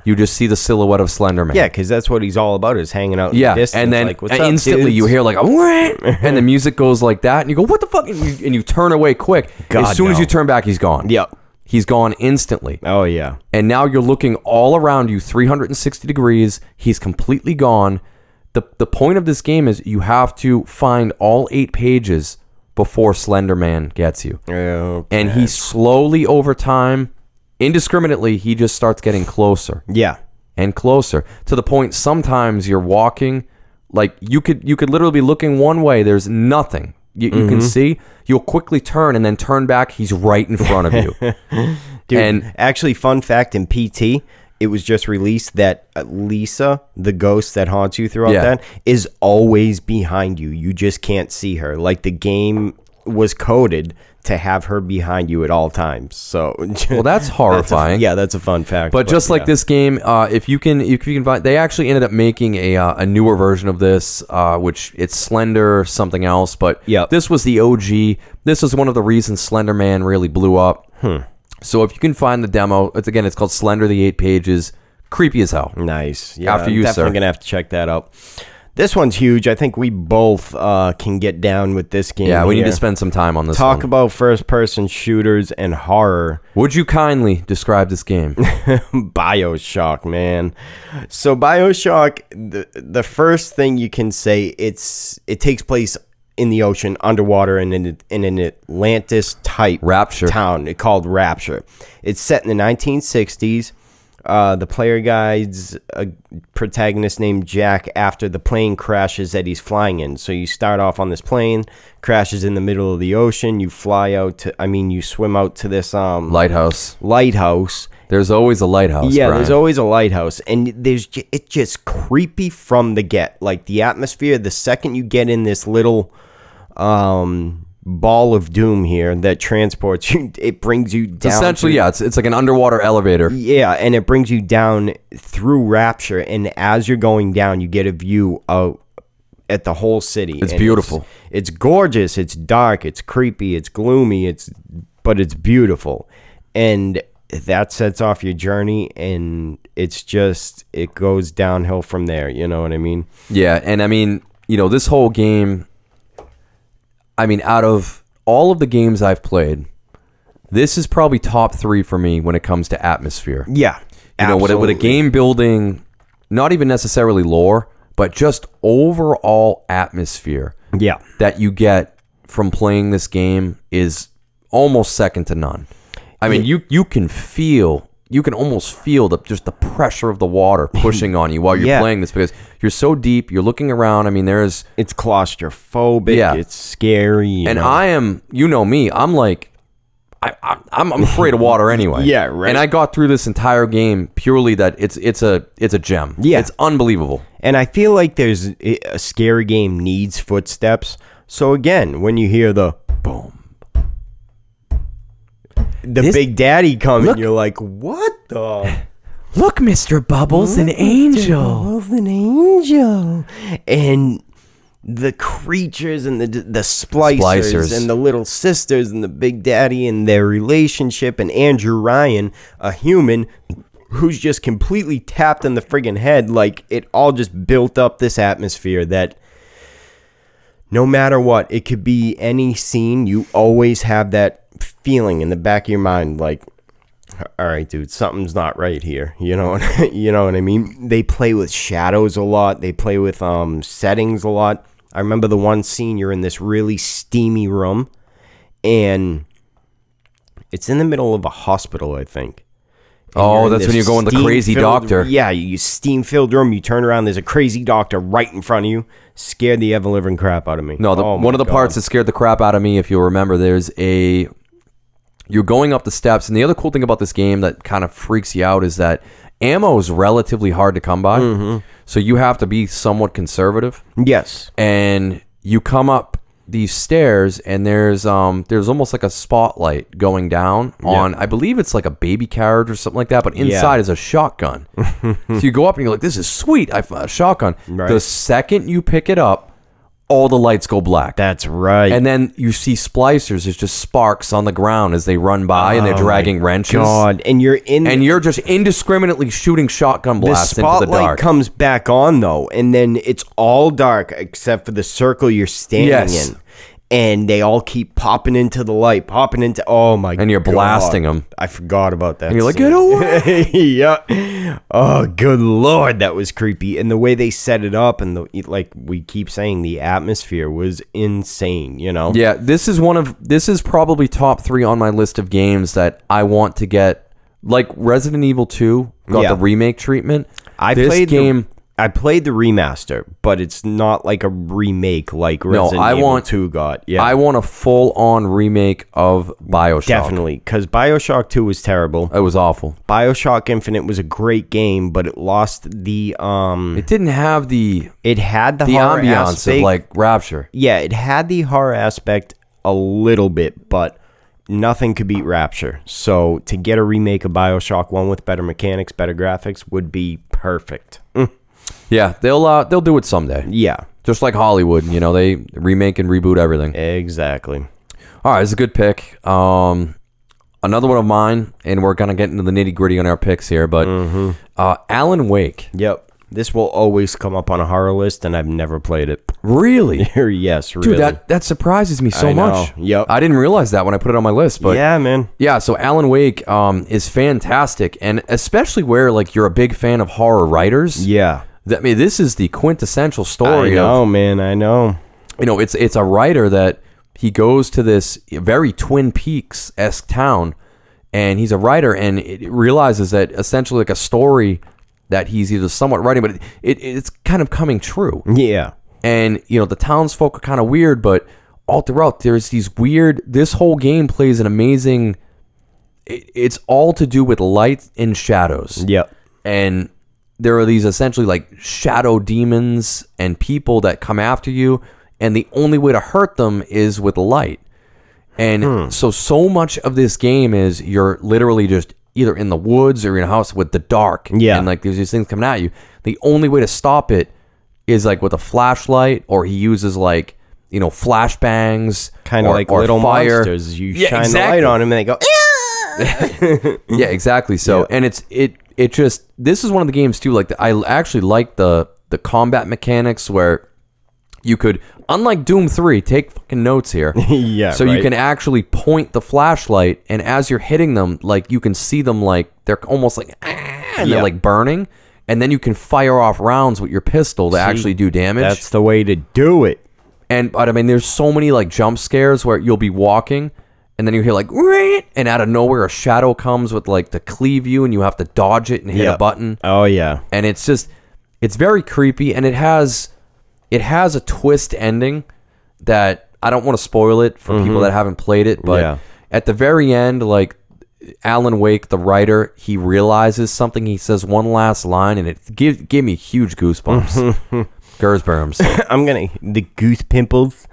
you just see the silhouette of Slender Man.
Yeah, because that's what he's all about is hanging out. in the
Yeah,
distance,
and then
like, What's
and
up,
instantly
dudes?"
you hear like a and the music goes like that, and you go, "What the fuck?" And you, and you turn away quick.
God,
as soon as
no.
you turn back, he's gone.
Yep.
he's gone instantly
Oh yeah.
and now you're looking all around you 360 degrees he's completely gone the the point of this game is you have to find all eight pages before slender man gets you
Oh.
and he slowly over time indiscriminately he just starts getting closer
yeah.
and closer to the point sometimes you're walking like you could you could literally be looking one way there's nothing you, you can see you'll quickly turn and then turn back he's right in front of you
Dude,
And-
actually, fun fact in PT, it was just released that uh, Lisa, the ghost that haunts you throughout
Yeah.
that, is always behind you. You just can't see her. Like the game was coded to have her behind you at all times. So
well that's
that's a-
horrifying
yeah, that's a fun fact.
But just like
yeah.
this game, uh, if you can, if you can find, they actually ended up making a, uh, a newer version of this, uh, which it's Slender something else. But
Yep.
this was the OG. This is one of the reasons Slender Man really blew up.
Hmm.
So if you can find the demo, it's again, it's called Slender the Eight Pages. Creepy as hell.
Nice. Yeah,
After
I'm
you,
definitely
sir.
gonna have to check that out. This one's huge. I think we both uh, can get down with this game.
Yeah, we need
here.
to spend some time on this.
talk
one.
about first-person shooters and horror.
Would you kindly describe this game?
Bioshock, man. So Bioshock, the the first thing you can say it's it takes place in the ocean, underwater, in an, in an Atlantis type
Rapture.
town It called Rapture. It's set in the 1960s. Uh, the player guides a protagonist named Jack after the plane crashes that he's flying in. So you start off on this plane, crashes in the middle of the ocean. You fly out to, I mean, you swim out to this um,
lighthouse.
lighthouse,
There's always a lighthouse.
yeah,
Brian.
there's always a lighthouse, and there's ju- it's just creepy from the get. Like the atmosphere, the second you get in this little um, ball of doom here that transports you, it brings you down.
essentially
to-
yeah. It's it's like an underwater elevator.
yeah, and it brings you down through rapture, and as you're going down, you get a view out at the whole city. and It's
beautiful.
It's, gorgeous. It's dark. It's creepy. It's gloomy. It's but it's beautiful, and that sets off your journey, and it's just it goes downhill from there. You know what I mean?
Yeah, and I mean, you know, this whole game. I mean, out of all of the games I've played, this is probably top three for me when it comes to atmosphere.
Yeah.
You know, with a, with a game building, not even necessarily lore, but just overall atmosphere
Yeah.
that you get from playing this game is almost second to none. I mean, you you can feel you can almost feel the just the pressure of the water pushing on you while you're
Yeah.
playing this because you're so deep, you're looking around. I mean, there's
It's claustrophobic.
Yeah.
It's scary. you
and
know?
I am, you know me, I'm like I, I I'm I'm afraid of water anyway.
Yeah, right.
And I got through this entire game purely that it's it's a it's a gem.
Yeah.
It's unbelievable.
And I feel like there's a a scary game needs footsteps. So again, when you hear the boom, the
This-
big daddy coming, you're like, "What the?"
Look, Mr. Bubbles, an angel.
was an angel, Oh. and the creatures and the the splicers,
Splicers.
and the little sisters and the big daddy and their relationship and Andrew Ryan, a human who's just completely tapped in the friggin' head. Like it all just built up this atmosphere that. No matter what, it could be any scene. You always have that feeling in the back of your mind, like, all right, dude, something's not right here. You know, what- you know what I mean. They play with shadows a lot. They play with um settings a lot. I remember the one scene you're in this really steamy room, and it's in the middle of a hospital, I think. And
Oh,
you're in
that's when
this
you go in the crazy
steam-filled-
doctor.
Yeah, you steam filled room. You turn around, there's a crazy doctor right in front of you. Scared the ever living crap out of me.
No, the,
Oh
one
my
of the
God.
parts that scared the crap out of me, if you'll remember, there's a. You're going up the steps, and the other cool thing about this game that kind of freaks you out is that ammo is relatively hard to come by.
Mm-hmm.
So you have to be somewhat conservative.
Yes.
and you come up these stairs and there's um there's almost like a spotlight going down on I believe it's like a baby carriage or something like that but inside is a shotgun. so you go up and you're like this is sweet I found a shotgun. The second you pick it up all the lights go black.
That's right.
and then you see splicers there's just sparks on the ground as they run by and they're dragging wrenches
Oh God, and you're in
and you're just indiscriminately shooting shotgun blasts
the
into
spotlight
the dark.
comes back on though, and then it's all dark except for the circle you're standing
Yes.
in. And they all keep popping into the light, popping into oh my
And you're blasting 'em.
I forgot about that.
and you're like
scene.
get away.
yeah. Oh, good lord, that was creepy. And the way they set it up and the like we keep saying the atmosphere was insane, you know?
Yeah, this is one of this is probably top three on my list of games that I want to get. Like Resident Evil Two got
Yeah.
the remake treatment.
I
this
played
game.
The, I played the remaster, but it's not like a remake like Resident
I
Evil
want-
2 got. Yeah.
I want a full on remake of Bioshock.
Definitely, because Bioshock 2 was terrible.
it was awful.
Bioshock Infinite was a great game, but it lost the um. It,
It didn't have the
had the,
the
horror
ambiance
aspect.
of like Rapture.
yeah, it had the horror aspect a little bit, but nothing could beat Rapture. So to get a remake of Bioshock one with better mechanics, better graphics would be perfect. Mm,
Yeah, they'll uh, they'll do it someday.
yeah,
Just like Hollywood, you know, they remake and reboot everything.
exactly.
All right, it's a good pick. Um, another one of mine, and we're gonna get into the nitty gritty on our picks here, but
Mm-hmm.
uh, Alan Wake.
Yep. This will always come up on a horror list, and I've never played it.
Really?
yes, really.
Dude, that that surprises me so
I know.
much.
Yep.
I didn't realize that when I put it on my list, but yeah,
yeah, man.
so Alan Wake um, is fantastic, and especially where like you're a big fan of horror writers.
Yeah.
That, I mean, this is the quintessential
I
story of
know, man. I know.
you know it's it's a writer that he goes to this very Twin Peaks esque town, and he's a writer and it it realizes that essentially like a story that he's either somewhat writing, but it, it it's kind of coming true.
Yeah.
and you know the townsfolk are kind of weird, but all throughout there's these weird. This whole game plays an amazing. It, it's all to do with light and shadows,
Yep.
and there are these essentially like shadow demons and people that come after you, and the only way to hurt them is with light. And
Hmm.
so, so much of this game is you're literally just either in the woods or in a house with the dark.
Yeah.
And like there's these things coming at you. The only way to stop it is like with a flashlight, or he uses like, you know, flashbangs.
Kind of
or-
like
or
little
fire.
monsters. You
Yeah,
shine
exactly.
the light on them, and they go. "Eh."
Yeah,
Mm-hmm.
exactly. So, and it's, it, it just, this is one of the games too. Like, the, I actually like the, the combat mechanics where you could, unlike Doom 3, take fucking notes here.
yeah.
so you
right.
can actually point the flashlight and as you're hitting them like you can see them like they're almost like "Ah," and they're
Yeah.
like burning and then you can fire off rounds with your pistol to actually do damage
That's the way to do it.
and but i mean there's so many like jump scares where you'll be walking and then you hear like "Rrrt," and out of nowhere a shadow comes with like to cleave you and you have to dodge it and hit a
Yep.
button
Oh yeah.
and it's just it's very creepy and it has it has a twist ending that I don't want to spoil it for people that haven't played it but
Yeah.
at the very end like Alan Wake the writer he realizes something he says one last line and it give gave me huge goosebumps Gersberms.
I'm gonna the goose pimples.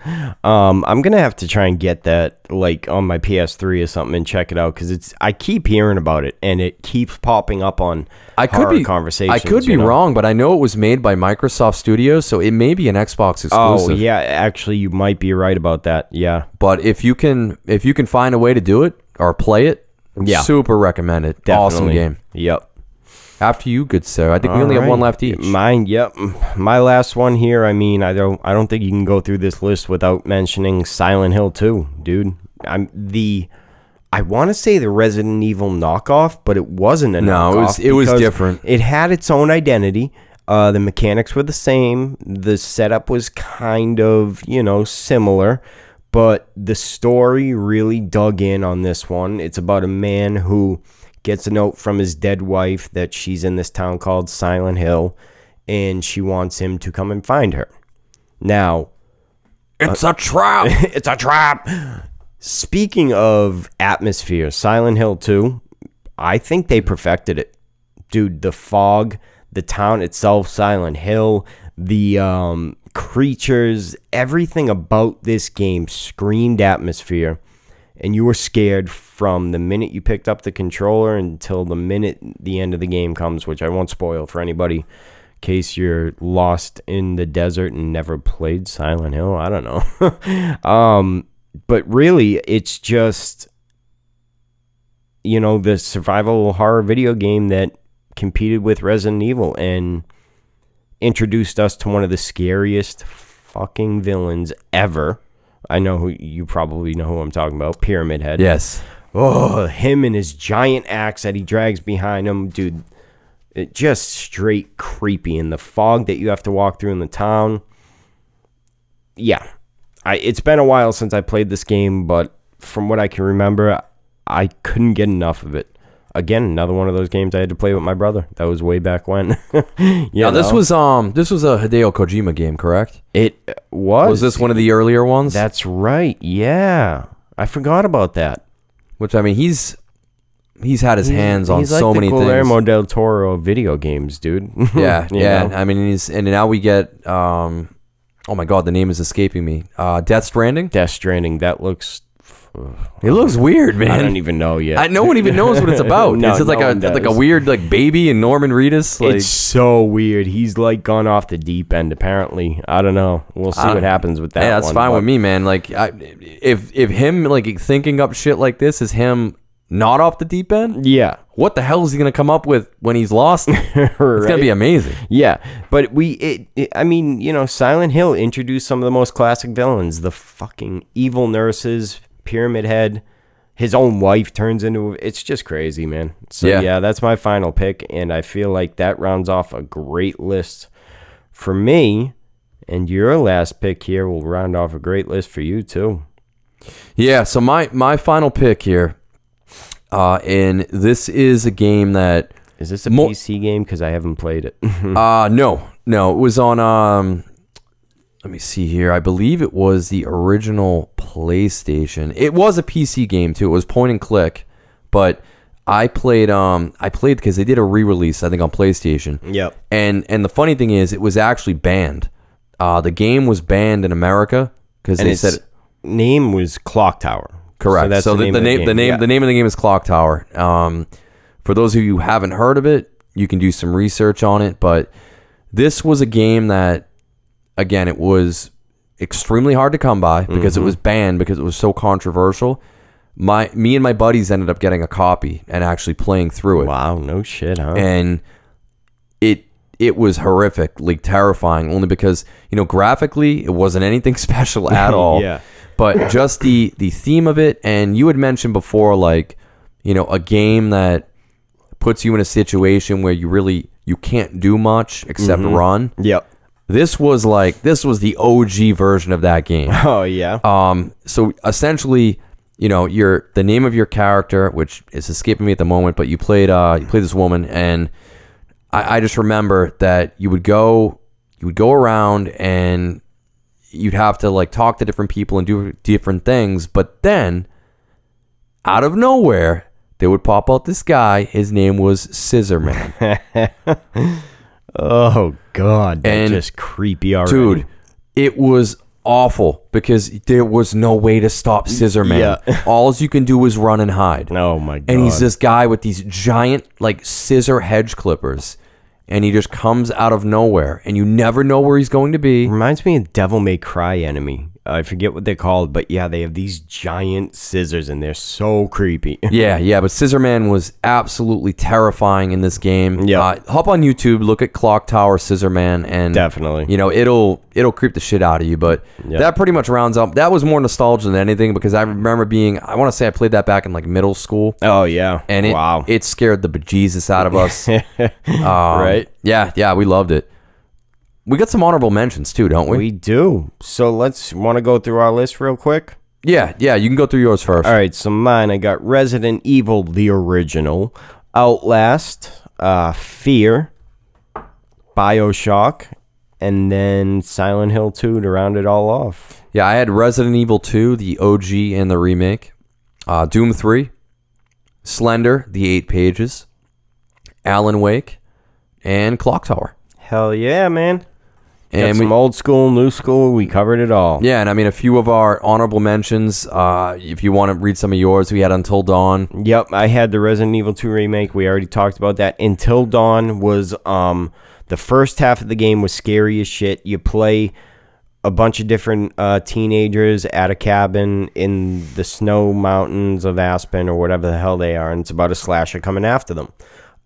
Um, I'm gonna have to try and get that like on my PS3 or something and check it out because it's I keep hearing about it and it keeps popping up on
I could
horror
be
conversations.
I could be
you know?
wrong, but I know it was made by Microsoft Studios, so it may be an Xbox
Oh
exclusive.
yeah, actually you might be right about that. Yeah,
But if you can if you can find a way to do it or play it,
Yeah.
super recommend it.
definitely.
Awesome game.
Yep.
After you, good sir. I think we only have one
Alright.
left each.
Mine. Yep. My last one here. I mean, I don't. I don't think you can go through this list without mentioning Silent Hill 2, dude. I'm the. I want to say the Resident Evil knockoff, but it wasn't a
No,
knockoff.
it was- it was
because
different.
It had its own identity. Uh, the mechanics were the same. The setup was kind of you know similar. But the story really dug in on this one. It's about a man who gets a note from his dead wife that she's in this town called Silent Hill and she wants him to come and find her. Now,
It's a trap.
it's a trap. Speaking of atmosphere, Silent Hill 2, I think they perfected it. Dude, the fog, the town itself, Silent Hill, the um, creatures, everything about this game screamed atmosphere. And you were scared from the minute you picked up the controller until the minute the end of the game comes, which I won't spoil for anybody in case you're lost in the desert and never played Silent Hill. I don't know. um, but really, it's just you know the survival horror video game that competed with Resident Evil and introduced us to one of the scariest fucking villains ever. I know who you probably know who I'm talking about, Pyramid Head.
yes.
Oh, him and his giant axe that he drags behind him, dude. It just straight creepy and the fog that you have to walk through in the town. Yeah. I it's been a while since I played this game, but from what I can remember, I couldn't get enough of it. Again, another one of those games I had to play with my brother. That was way back when. yeah,
Now this was um this was a Hideo Kojima game, correct?
it was.
Was this one of the earlier ones?
That's right. Yeah. I forgot about that.
Which I mean, he's he's had his hands on
He's
so
like
many
the
things.
Guillermo del Toro of video games, dude.
Yeah,
You
yeah.
know?
I mean, he's and now we get um, oh my god, the name is escaping me. Uh, Death Stranding.
Death Stranding. That looks.
It looks weird, man.
I don't even know yet.
I, no one even knows what it's about.
No,
it's just like
no
a
one does.
like a weird like baby and Norman Reedus. Like
it's so weird. He's like gone off the deep end. Apparently, I don't know. We'll see
I-
what happens with that.
yeah, that's
one,
fine
but-
with me, man. Like I, if if him like thinking up shit like this is him not off the deep end.
Yeah,
What the hell is he gonna come up with when he's lost? It's gonna be amazing.
yeah. But we, it, it, I mean, you know, Silent Hill introduced some of the most classic villains: the fucking evil nurses, Pyramid Head. His own wife turns into. It's just crazy, man. So
Yeah.
yeah. that's my final pick, and I feel like that rounds off a great list for me. And your last pick here will round off a great list for you too.
Yeah, so my my final pick here, uh, and this is a game that
Is this a
Mo-
PC game? Because I haven't played it.
uh no, no, it was on um let me see here. I believe it was the original PlayStation. It was a PC game too. It was point and click, but I played um I played because they did a re-release I think on PlayStation.
Yep.
And and the funny thing is it was actually banned. Uh the game was banned in America because
and
they
its
said
name was Clock Tower.
Correct. So, the, the,
of
name, the
game.
name,
Yeah.
the name of the game is Clock Tower. Um, for those of you who haven't heard of it, you can do some research on it. But this was a game that, again, it was extremely hard to come by because it was banned because it was so controversial. My, me and my buddies ended up getting a copy and actually playing through it
Wow, no shit, huh?
and it it was horrific, like terrifying, only because you know graphically it wasn't anything special at all.
Yeah.
But just the the theme of it, and you had mentioned before, like you know, a game that puts you in a situation where you really you can't do much except run.
yep.
This was like this was the OG version of that game.
Oh yeah.
Um, so essentially, you know, your the name of your character, which is escaping me at the moment, but you played uh you played this woman, and I, I just remember that you would go you would go around and you'd have to like talk to different people and do different things, but then out of nowhere they would pop out this guy. His name was Scissorman.
Oh God, that's
And-
just creepy already,
dude. It was awful because there was no way to stop Scissor Man.
Yeah.
All you can do is run and hide.
Oh my God.
And he's this guy with these giant like scissor hedge clippers, and he just comes out of nowhere, and you never know where he's going to be.
Reminds me of Devil May Cry enemy. I forget what they're called, but yeah, they have these giant scissors and they're so creepy.
Yeah, yeah, but Scissor Man was absolutely terrifying in this game.
Yeah.
uh, hop on YouTube, look at Clock Tower Scissor Man, and
Definitely.
you know it'll it'll creep the shit out of you. But
Yeah.
that pretty much rounds up. That was more nostalgia than anything because I remember being I want to say I played that back in like middle school,
Oh yeah.
and it
wow.
it scared the bejesus out of us. um, right? Yeah, yeah, we loved it. We got some honorable mentions too, don't we?
we do. So let's want to go through our list real quick.
yeah, yeah. You can go through yours first.
All right, so mine I got Resident Evil the original, Outlast, uh, Fear, BioShock, and then Silent Hill 2 to round it all off.
Yeah, I had Resident Evil 2, the OG and the remake, uh, Doom 3, Slender, the eight pages, Alan Wake, and Clock Tower.
Hell yeah, man. And
And we,
some old school, new school, we covered it all.
yeah, and I mean, a few of our honorable mentions. Uh, if you want to read some of yours, we had Until Dawn.
Yep, I had the Resident Evil 2 remake. We already talked about that. Until Dawn was um the first half of the game was scary as shit. You play a bunch of different uh, teenagers at a cabin in the snow mountains of Aspen or whatever the hell they are, and it's about a slasher coming after them.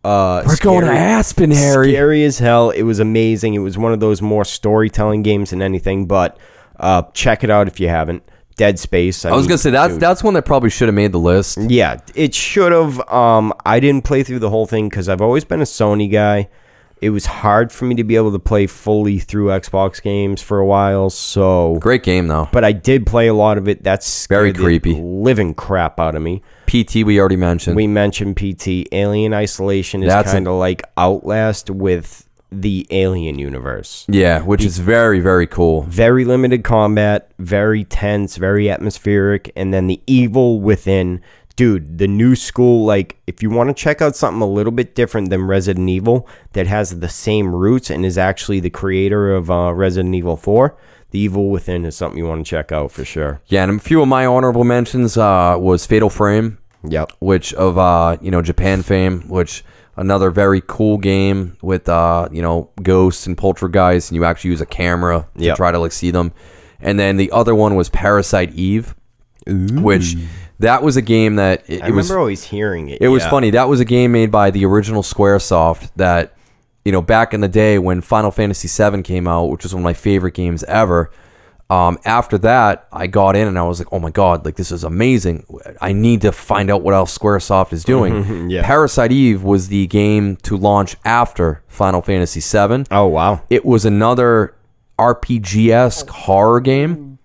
Uh,
We're going to
scary-
Aspen, Harry.
Scary as hell. It was amazing. It was one of those more storytelling games than anything. But uh, check it out if you haven't. Dead Space.
I was
mean,
gonna say that's that's one that probably should have made the list.
yeah, it should have. Um, I didn't play through the whole thing because I've always been a Sony guy. It was hard for me to be able to play fully through Xbox games for a while. So,
Great game though.
but I did play a lot of it. That's
Very creepy.
living crap out of me.
PT we already mentioned.
We mentioned PT. Alien Isolation is
That's a-
kind of like Outlast with the Alien universe.
yeah, which is very very cool.
Very limited combat, very tense, very atmospheric, and then the evil within. Dude, the new school, like, if you want to check out something a little bit different than Resident Evil that has the same roots and is actually the creator of uh, Resident Evil 4, The Evil Within is something you want to check out for sure.
Yeah, and a few of my honorable mentions uh, was Fatal Frame.
Yep.
which of uh, you know Japan fame, which another very cool game with uh, you know ghosts and poltergeists, and you actually use a camera to
Yep.
try to like see them. And then the other one was Parasite Eve, which that was a game that it,
I
it was.
remember always hearing it.
It was
yeah.
funny. That was a game made by the original SquareSoft that, you know, back in the day when Final Fantasy VII came out, which was one of my favorite games ever. Um, after that, I got in and I was like, oh my God, like this is amazing. I need to find out what else SquareSoft is doing.
yeah.
Parasite Eve was the game to launch after Final Fantasy VII
Oh, wow.
it was another RPG esque horror game,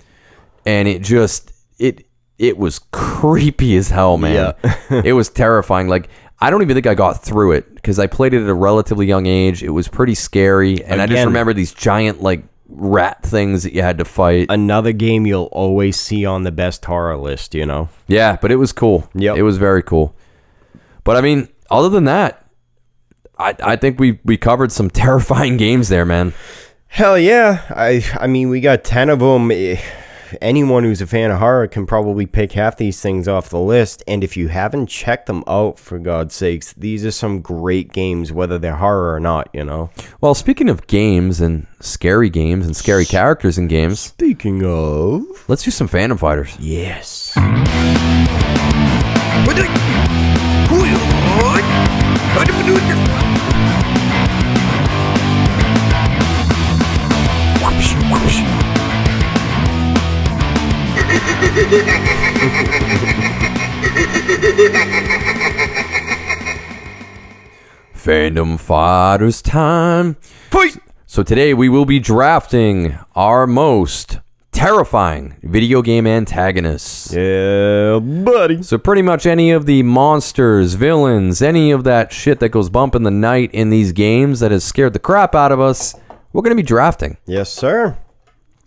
and it just it it was creepy as hell, man. it was terrifying. Like I don't even think I got through it because I played it at a relatively young age. It was pretty scary, and I just
Again-
remember these giant like rat things that you had to fight.
Another game you'll always see on the best horror list, you know?
Yeah, but it was cool.
Yep.
it was very cool. But I mean, other than that. I, I think we, we covered some terrifying games there, man.
Hell yeah! I I mean, we got ten of them. Anyone who's a fan of horror can probably pick half these things off the list. And if you haven't checked them out, for God's sakes, these are some great games, whether they're horror or not. You know.
Well, speaking of games and scary games and scary characters in games,
Speaking of,
let's do some Phantom Fighters.
yes,
Phantom Fighters time. So today we will be drafting our most terrifying video game antagonists.
yeah, buddy.
So pretty much any of the monsters, villains, any of that shit that goes bump in the night in these games that has scared the crap out of us, we're going to be drafting.
Yes, sir.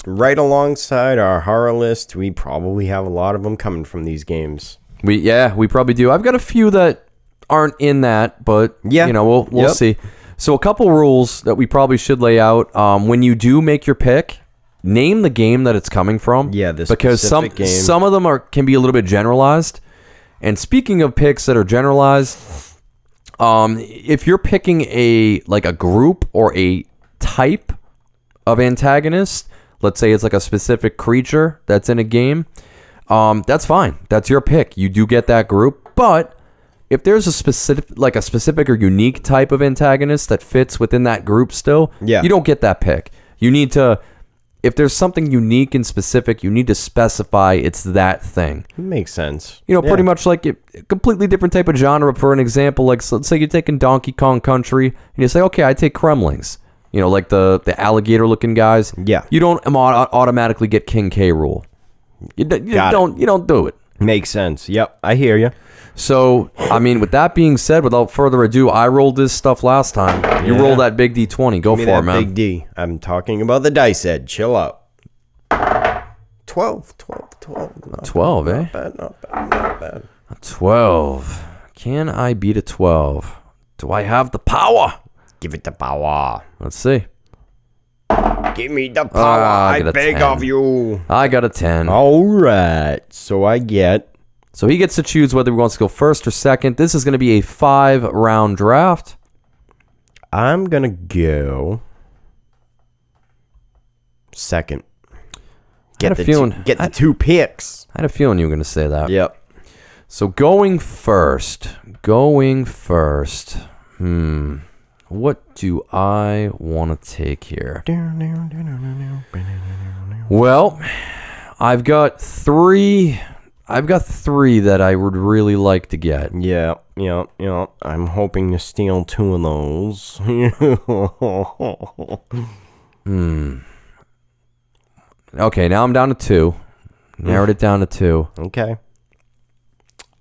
Right alongside our horror list, we probably have a lot of them coming from these games.
We yeah, we probably do. I've got a few that aren't in that, but
Yeah.
you know, we'll we'll
Yep.
see. So a couple rules that we probably should lay out um, when you do make your pick. Name the game that it's coming from.
Yeah, this
because some
specific game.
some of them are can be a little bit generalized. And speaking of picks that are generalized, um, if you're picking a like a group or a type of antagonist, let's say it's like a specific creature that's in a game, um, that's fine. That's your pick. You do get that group, but if there's a specific like a specific or unique type of antagonist that fits within that group still,
Yeah.
you don't get that pick. You need to if there's something unique and specific, you need to specify it's that thing
Makes sense.
you know,
Yeah.
pretty much like a a completely different type of genre. For an example, like so let's say you're taking Donkey Kong Country, and you say, okay, I take Kremlings. You know, like the the alligator looking guys.
Yeah.
you don't am- au- automatically get King K rule. You, d- you
Got it.
don't. You don't do it.
Makes sense. Yep, I hear you.
So, I mean, with that being said, without further ado, I rolled this stuff last time. You
Yeah.
roll that big D twenty. Go
Give me
for it,
that
man.
big D. I'm talking about the dice head. Chill out. 12, 12, 12. Not
Twelve, eh?
bad, not bad, not bad.
A twelve. Can I beat a twelve? Do I have the power?
Give it the power.
Let's see.
Give me the power.
Ah, I
I
get a
beg
10.
of you.
I got a ten.
All right. So I get.
So he gets to choose whether he wants to go first or second. This is going to be a five round draft.
I'm going to go second. Get
a
the,
feeling-
two, get the
I-
two picks.
I had a feeling you were going to say that.
Yep.
So going first, going first. Hmm. What do I want to take here? Well, I've got three. I've got three that I would really like to get.
Yeah, yeah, yeah. I'm hoping to steal two of those.
Okay, now I'm down to two. Narrowed it down to two.
okay.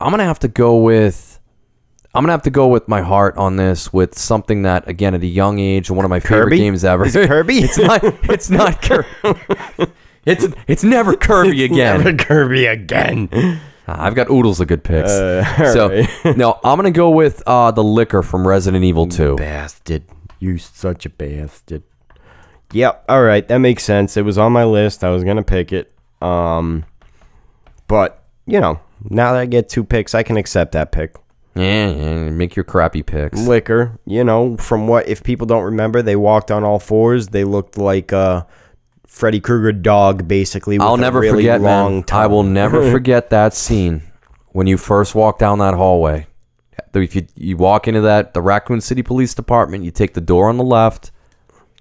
I'm gonna have to go with I'm gonna have to go with my heart on this with something that again at a young age one of my favorite
Kirby?
games ever.
Is it Kirby?
it's not it's not Kirby. It's it's never Kirby again. Ah,
Kirby again.
I've got oodles of good picks.
Uh,
so no, I'm gonna go with uh, the liquor from Resident Evil 2.
Bastard. You such a bastard. Yep, alright, that makes sense. It was on my list. I was gonna pick it. Um But, you know, now that I get two picks, I can accept that pick.
Yeah, yeah, make your crappy picks.
liquor. You know, from what if people don't remember, they walked on all fours. They looked like a Freddy Krueger dog, basically. With
I'll
a
never
really
forget,
long
man.
tongue.
I will never forget that scene when you first walk down that hallway. The- If you, you walk into that the Raccoon City Police Department, you take the door on the left,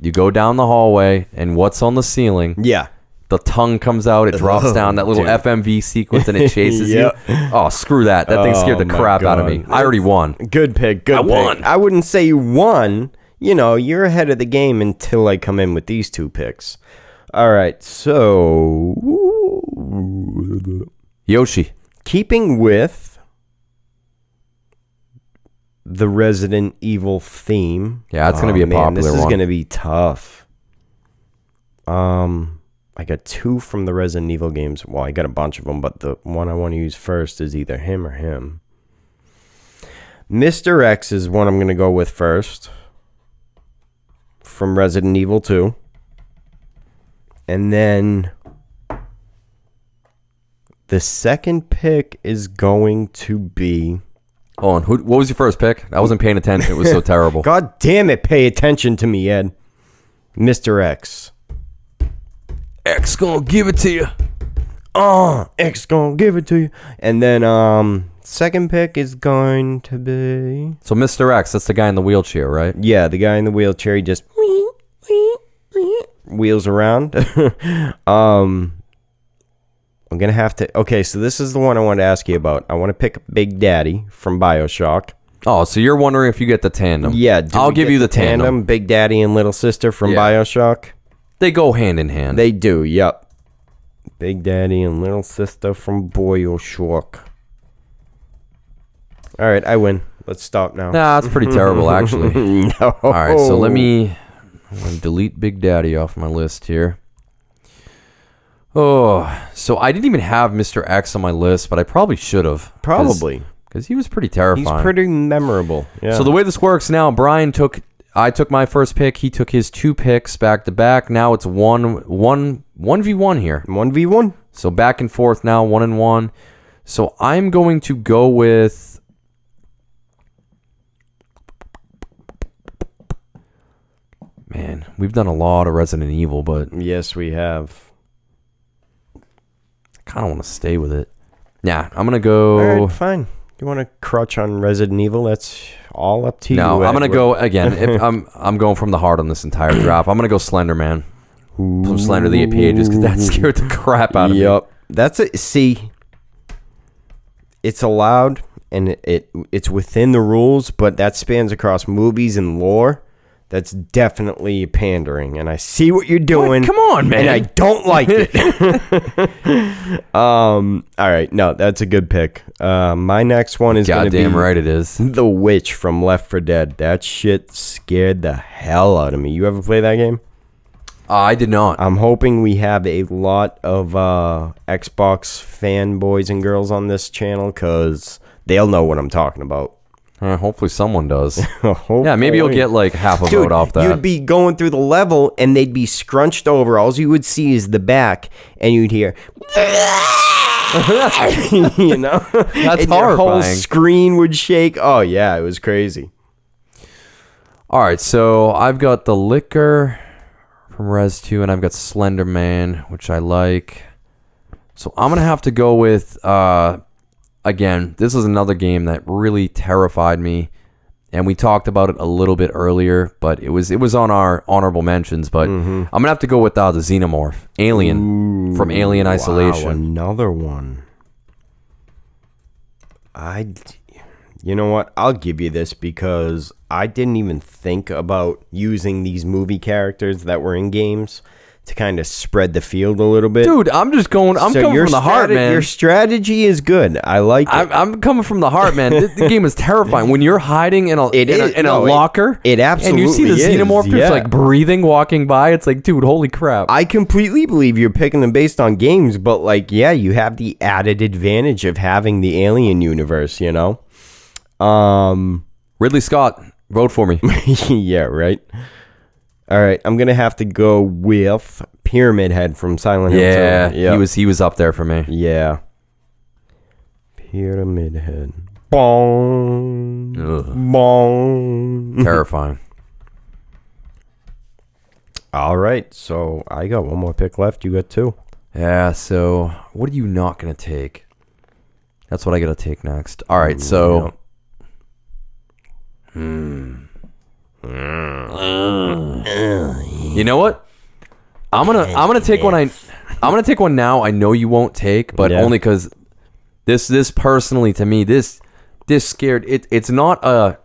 you go down the hallway, and what's on the ceiling?
Yeah,
The tongue comes out, it drops
Oh,
down that little
dude.
FMV sequence, and it chases
Yep.
you. Oh, screw that! That thing scared the
Oh, my
crap out of me.
God.
I already won.
good pick. Good.
I
pick.
won.
I wouldn't say you won. You know, you're ahead of the game until I come in with these two picks. All right, so
Yoshi,
keeping with the Resident Evil theme. Oh,
Yeah, that's gonna be a
This
popular
is
one.
gonna be tough. Um, I got two from the Resident Evil games. Well, I got a bunch of them, but the one I want to use first is either him or him. Mr. X is one I'm gonna go with first from Resident Evil 2. And then the second pick is going to be.
hold on. Who, what was your first pick? I wasn't paying attention. It was so terrible.
God damn it, pay attention to me, Ed. Mr. X.
X gonna give it to you.
Uh, X gonna give it to you. And then, um, second pick is going to be.
So Mr. X, that's the guy in the wheelchair, right?
Yeah, the guy in the wheelchair he just wheels around. um I'm gonna have to okay, so this is the one I wanted to ask you about. I wanna pick Big Daddy from Bioshock.
Oh, so you're wondering if you get the tandem?
Yeah, do
I'll
we
give
get
you the, tandem.
Big Daddy and Little Sister from
Yeah.
Bioshock.
They go hand in hand.
They do, yep. Big Daddy and Little Sister from Bioshock. Alright, I win. Let's stop now.
nah, that's pretty terrible, actually.
No.
All right, so let
Oh.
me I'm gonna delete Big Daddy off my list here. Oh, so I didn't even have Mr. X on my list, but I probably should have.
Probably.
because he was pretty terrifying.
He's pretty memorable. Yeah.
So the way this works now, Brian took I took my first pick. He took his two picks back to back. Now it's one one one v one here.
One v one.
So back and forth now, one and one. So I'm going to go with. Man, we've done a lot of Resident Evil, but I
Yes, we have.
kind of want to stay with it. Nah, I'm gonna
All
go.
right, fine. You want to crutch on Resident Evil? That's all up to you.
No, I'm gonna
Edward.
go again. If I'm I'm going from the heart on this entire drop. I'm gonna go Slender Man. From Slender the Ages because that scared the crap out of me.
Yep. That's it. See, it's allowed and it, it it's within the rules, but that spans across movies and lore. That's definitely pandering, and I see what you're doing.
come on, man.
And I don't like it. um. All right. No, that's a good pick. Uh, my next one is gonna
Goddamn
be
right it is.
The Witch from Left 4 Dead. That shit scared the hell out of me. You ever play that game?
I did not.
I'm hoping we have a lot of uh, Xbox fanboys and girls on this channel because they'll know what I'm talking about.
Uh, hopefully someone does. Yeah, maybe you'll get like half a vote
Dude,
off that.
You'd be going through the level and they'd be scrunched over. All you would see is the back, and you'd hear. you know,
That's
and your whole
horrifying.
screen would shake. Oh yeah, it was crazy.
All right, so I've got the liquor from Res 2, and I've got Slender Man, which I like. So I'm gonna have to go with uh, again. This is another game that really terrified me, and we talked about it a little bit earlier, but it was it was on our honorable mentions. But
Mm-hmm.
I'm gonna have to go with uh, the Xenomorph Alien from Alien
Wow,
Isolation.
another one. I, d- you know what? I'll give you this because I didn't even think about using these movie characters that were in games to kind of spread the field a little bit.
Dude, I'm just going. I'm
So
coming
your
from the heart,
strate-
man.
Your strategy is good. I like it.
I'm, I'm coming from the heart, man. This, the game is terrifying. When you're hiding in a in,
It is-
a, in
no,
a
it-
locker,
it
and you see the
absolutely is,
xenomorph who's
yeah.
like breathing, walking by. It's like, dude, holy crap!
I completely believe you're picking them based on games, but like, yeah, you have the added advantage of having the alien universe, you know? Um,
Ridley Scott, vote for me.
yeah, right. All right, I'm gonna have to go with Pyramid Head from Silent Hill. 2.
yeah,
yeah,
he was he was up there for me.
Yeah, Pyramid Head. Bong, bong.
Terrifying.
All right, so I got one more pick left. You got two.
Yeah. So, what are you not gonna take? That's what I gotta take next. All right. So, you know what? I'm gonna I'm gonna take one. I I'm gonna take one now. I know you won't take, but
Yeah.
only because this this personally to me this this scared it. It's not a.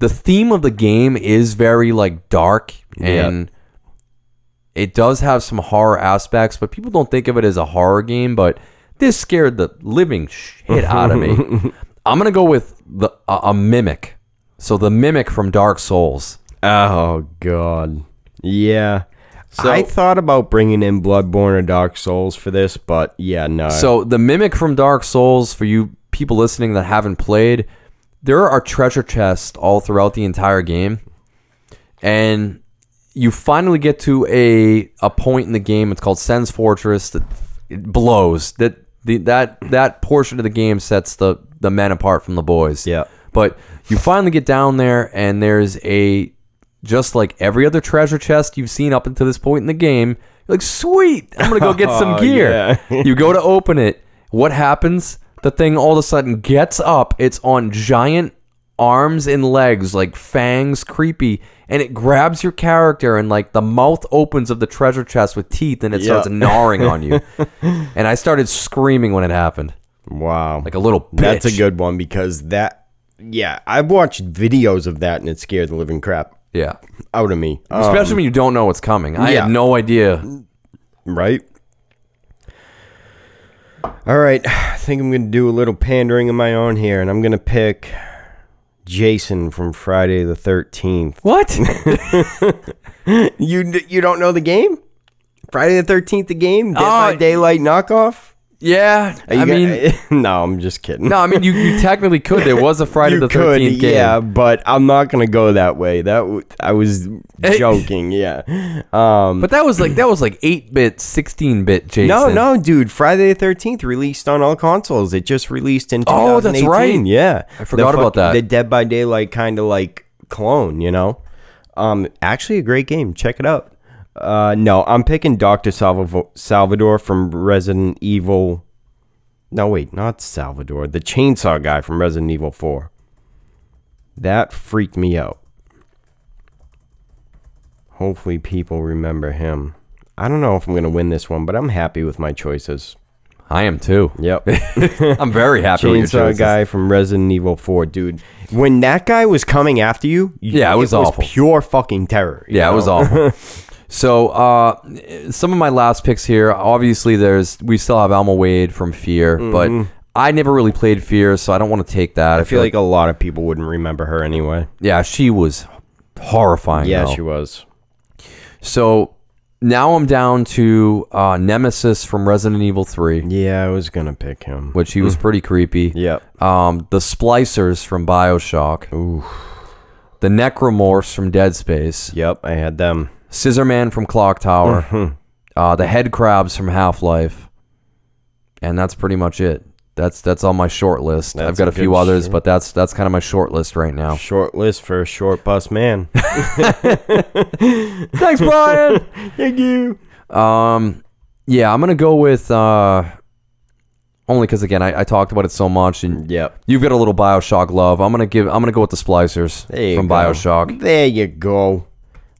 The theme of the game is very like dark
Yeah.
and. It does have some horror aspects, but people don't think of it as a horror game. But this scared the living shit out of me. I'm gonna go with the a, a mimic. So the mimic from Dark Souls.
Oh God. Yeah.
So-
I thought about bringing in Bloodborne or Dark Souls for this, but yeah, no.
So the mimic from Dark Souls, for you people listening that haven't played, there are treasure chests all throughout the entire game, and you finally get to a a point in the game. It's called Sen's Fortress. That it blows. That the that that portion of the game sets the the men apart from the boys.
Yeah.
But you finally get down there, and there's a just like every other treasure chest you've seen up until this point in the game. You're like, sweet, I'm gonna go get some
Oh,
gear.
yeah.
you go to open it. What happens? The thing all of a sudden gets up. It's on giant arms and legs, like fangs, creepy, and it grabs your character, and like the mouth opens of the treasure chest with teeth, and it
Yeah.
starts gnawing on you. and I started screaming when it happened,
wow.
like a little bitch.
That's a good one because that, yeah, I've watched videos of that and it scared the living crap
yeah.
out of me. Um,
Especially when you don't know what's coming. I
yeah.
had no idea.
right? All right, I think I'm going to do a little pandering of my own here, and I'm going to pick Jason from Friday the 13th.
What?
You you don't know the game? Friday the 13th, the game? Dead
Oh,
by Daylight knockoff?
Yeah,
Are you
I mean,
mean, no, I'm just kidding.
no, I mean you, you technically could. There was a Friday
you
the
could,
Thirteenth game.
yeah, but I'm not gonna go that way. That w- I was joking, yeah. Um,
But that was like that was like eight bit, sixteen bit, Jason.
no, no, dude, Friday the Thirteenth released on all consoles. It just released in
Oh, that's
2018.
right.
Yeah,
I forgot about that.
The Dead by Daylight kind of like clone, you know. Um, actually, a great game. Check it out. Uh, no, I'm picking Doctor Salvador, Salvador from Resident Evil. No, wait, not Salvador. The chainsaw guy from Resident Evil Four. That freaked me out. Hopefully, people remember him. I don't know if I'm going to win this one, but I'm happy with my choices.
I am too.
Yep.
I'm very happy. with your
Chainsaw
choices.
guy from Resident Evil 4, dude. When that guy was coming after you, you-
Yeah, it was awful.
pure fucking terror. you
Yeah, it
know?
was awful. so uh, some of my last picks here. Obviously, there's we still have Alma Wade from Fear, but I never really played Fear, so I don't want to take that.
Mm-hmm. I feel like a lot of people wouldn't remember her anyway.
yeah, she was horrifying.
yeah,
though.
she was.
So now I'm down to uh, Nemesis from Resident Evil Three,
Yeah, I was going to pick him.
which he was pretty creepy.
Yep.
Um, the Splicers from Bioshock. The Necromorphs from Dead Space.
Yep, I had them.
Scissorman from Clock Tower, uh, the Head Crabs from Half Life, and that's pretty much it. That's that's on my short list. I've
That's
got
a
a few
good
others,
short-
but that's that's kind of my short list right now.
Short list for a short bus man.
Thanks, Brian.
Thank you.
um, yeah, I'm gonna go with uh, only because again I, I talked about it so much, and
Yep.
you've got a little Bioshock love. I'm gonna give. I'm gonna go with the Splicers
There you
from
go.
Bioshock.
There you go.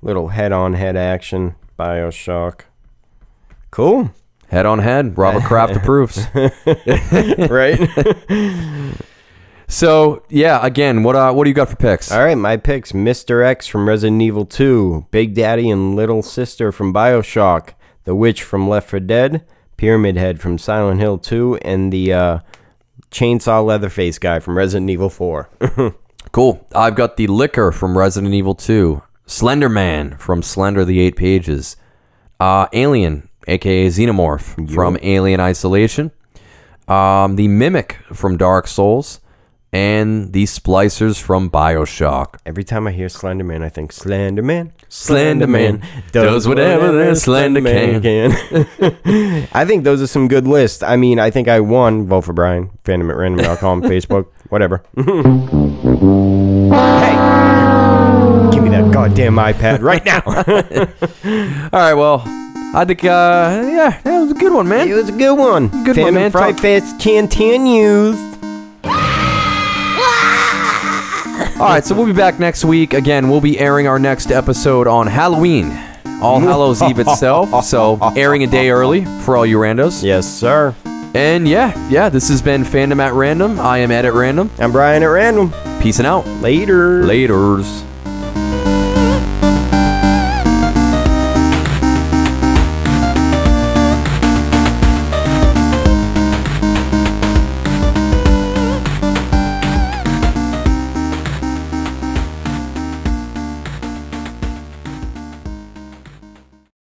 Little head on head action. Bioshock. Cool.
Head on head, Robert Kraft approves.
right?
So yeah, again, what uh, what do you got for picks?
All right, my picks Mr. X from Resident Evil 2, Big Daddy and Little Sister from Bioshock, The Witch from Left 4 Dead, Pyramid Head from Silent Hill 2, and the uh, Chainsaw Leatherface guy from Resident Evil 4.
Cool. I've got the liquor from Resident Evil 2, Slender Man from Slender the Eight Pages, uh, Alien, aka Xenomorph from Alien Isolation, um, the Mimic from Dark Souls, and the Splicers from Bioshock.
Every time I hear Slenderman, I think Slenderman.
Slenderman does whatever the Slender
Slenderman can. I think those are some good lists. I mean, I think I won. Vote for Brian. Fandom at random.com, Facebook, whatever. hey, give me that goddamn iPad right now.
All right, well, I think, uh, yeah, that was a good one,
it
man.
was a good one.
Good one,
Phantom
man.
Fry
Talk-
Fest continues.
All right, so we'll be back next week. Again, we'll be airing our next episode on Halloween, All Hallows Eve itself. So, airing a day early for all you randos.
Yes, sir.
And yeah, yeah, this has been Fandom at Random. I am Ed at Random.
I'm Brian at random.
Peacing out.
Later.
Laters.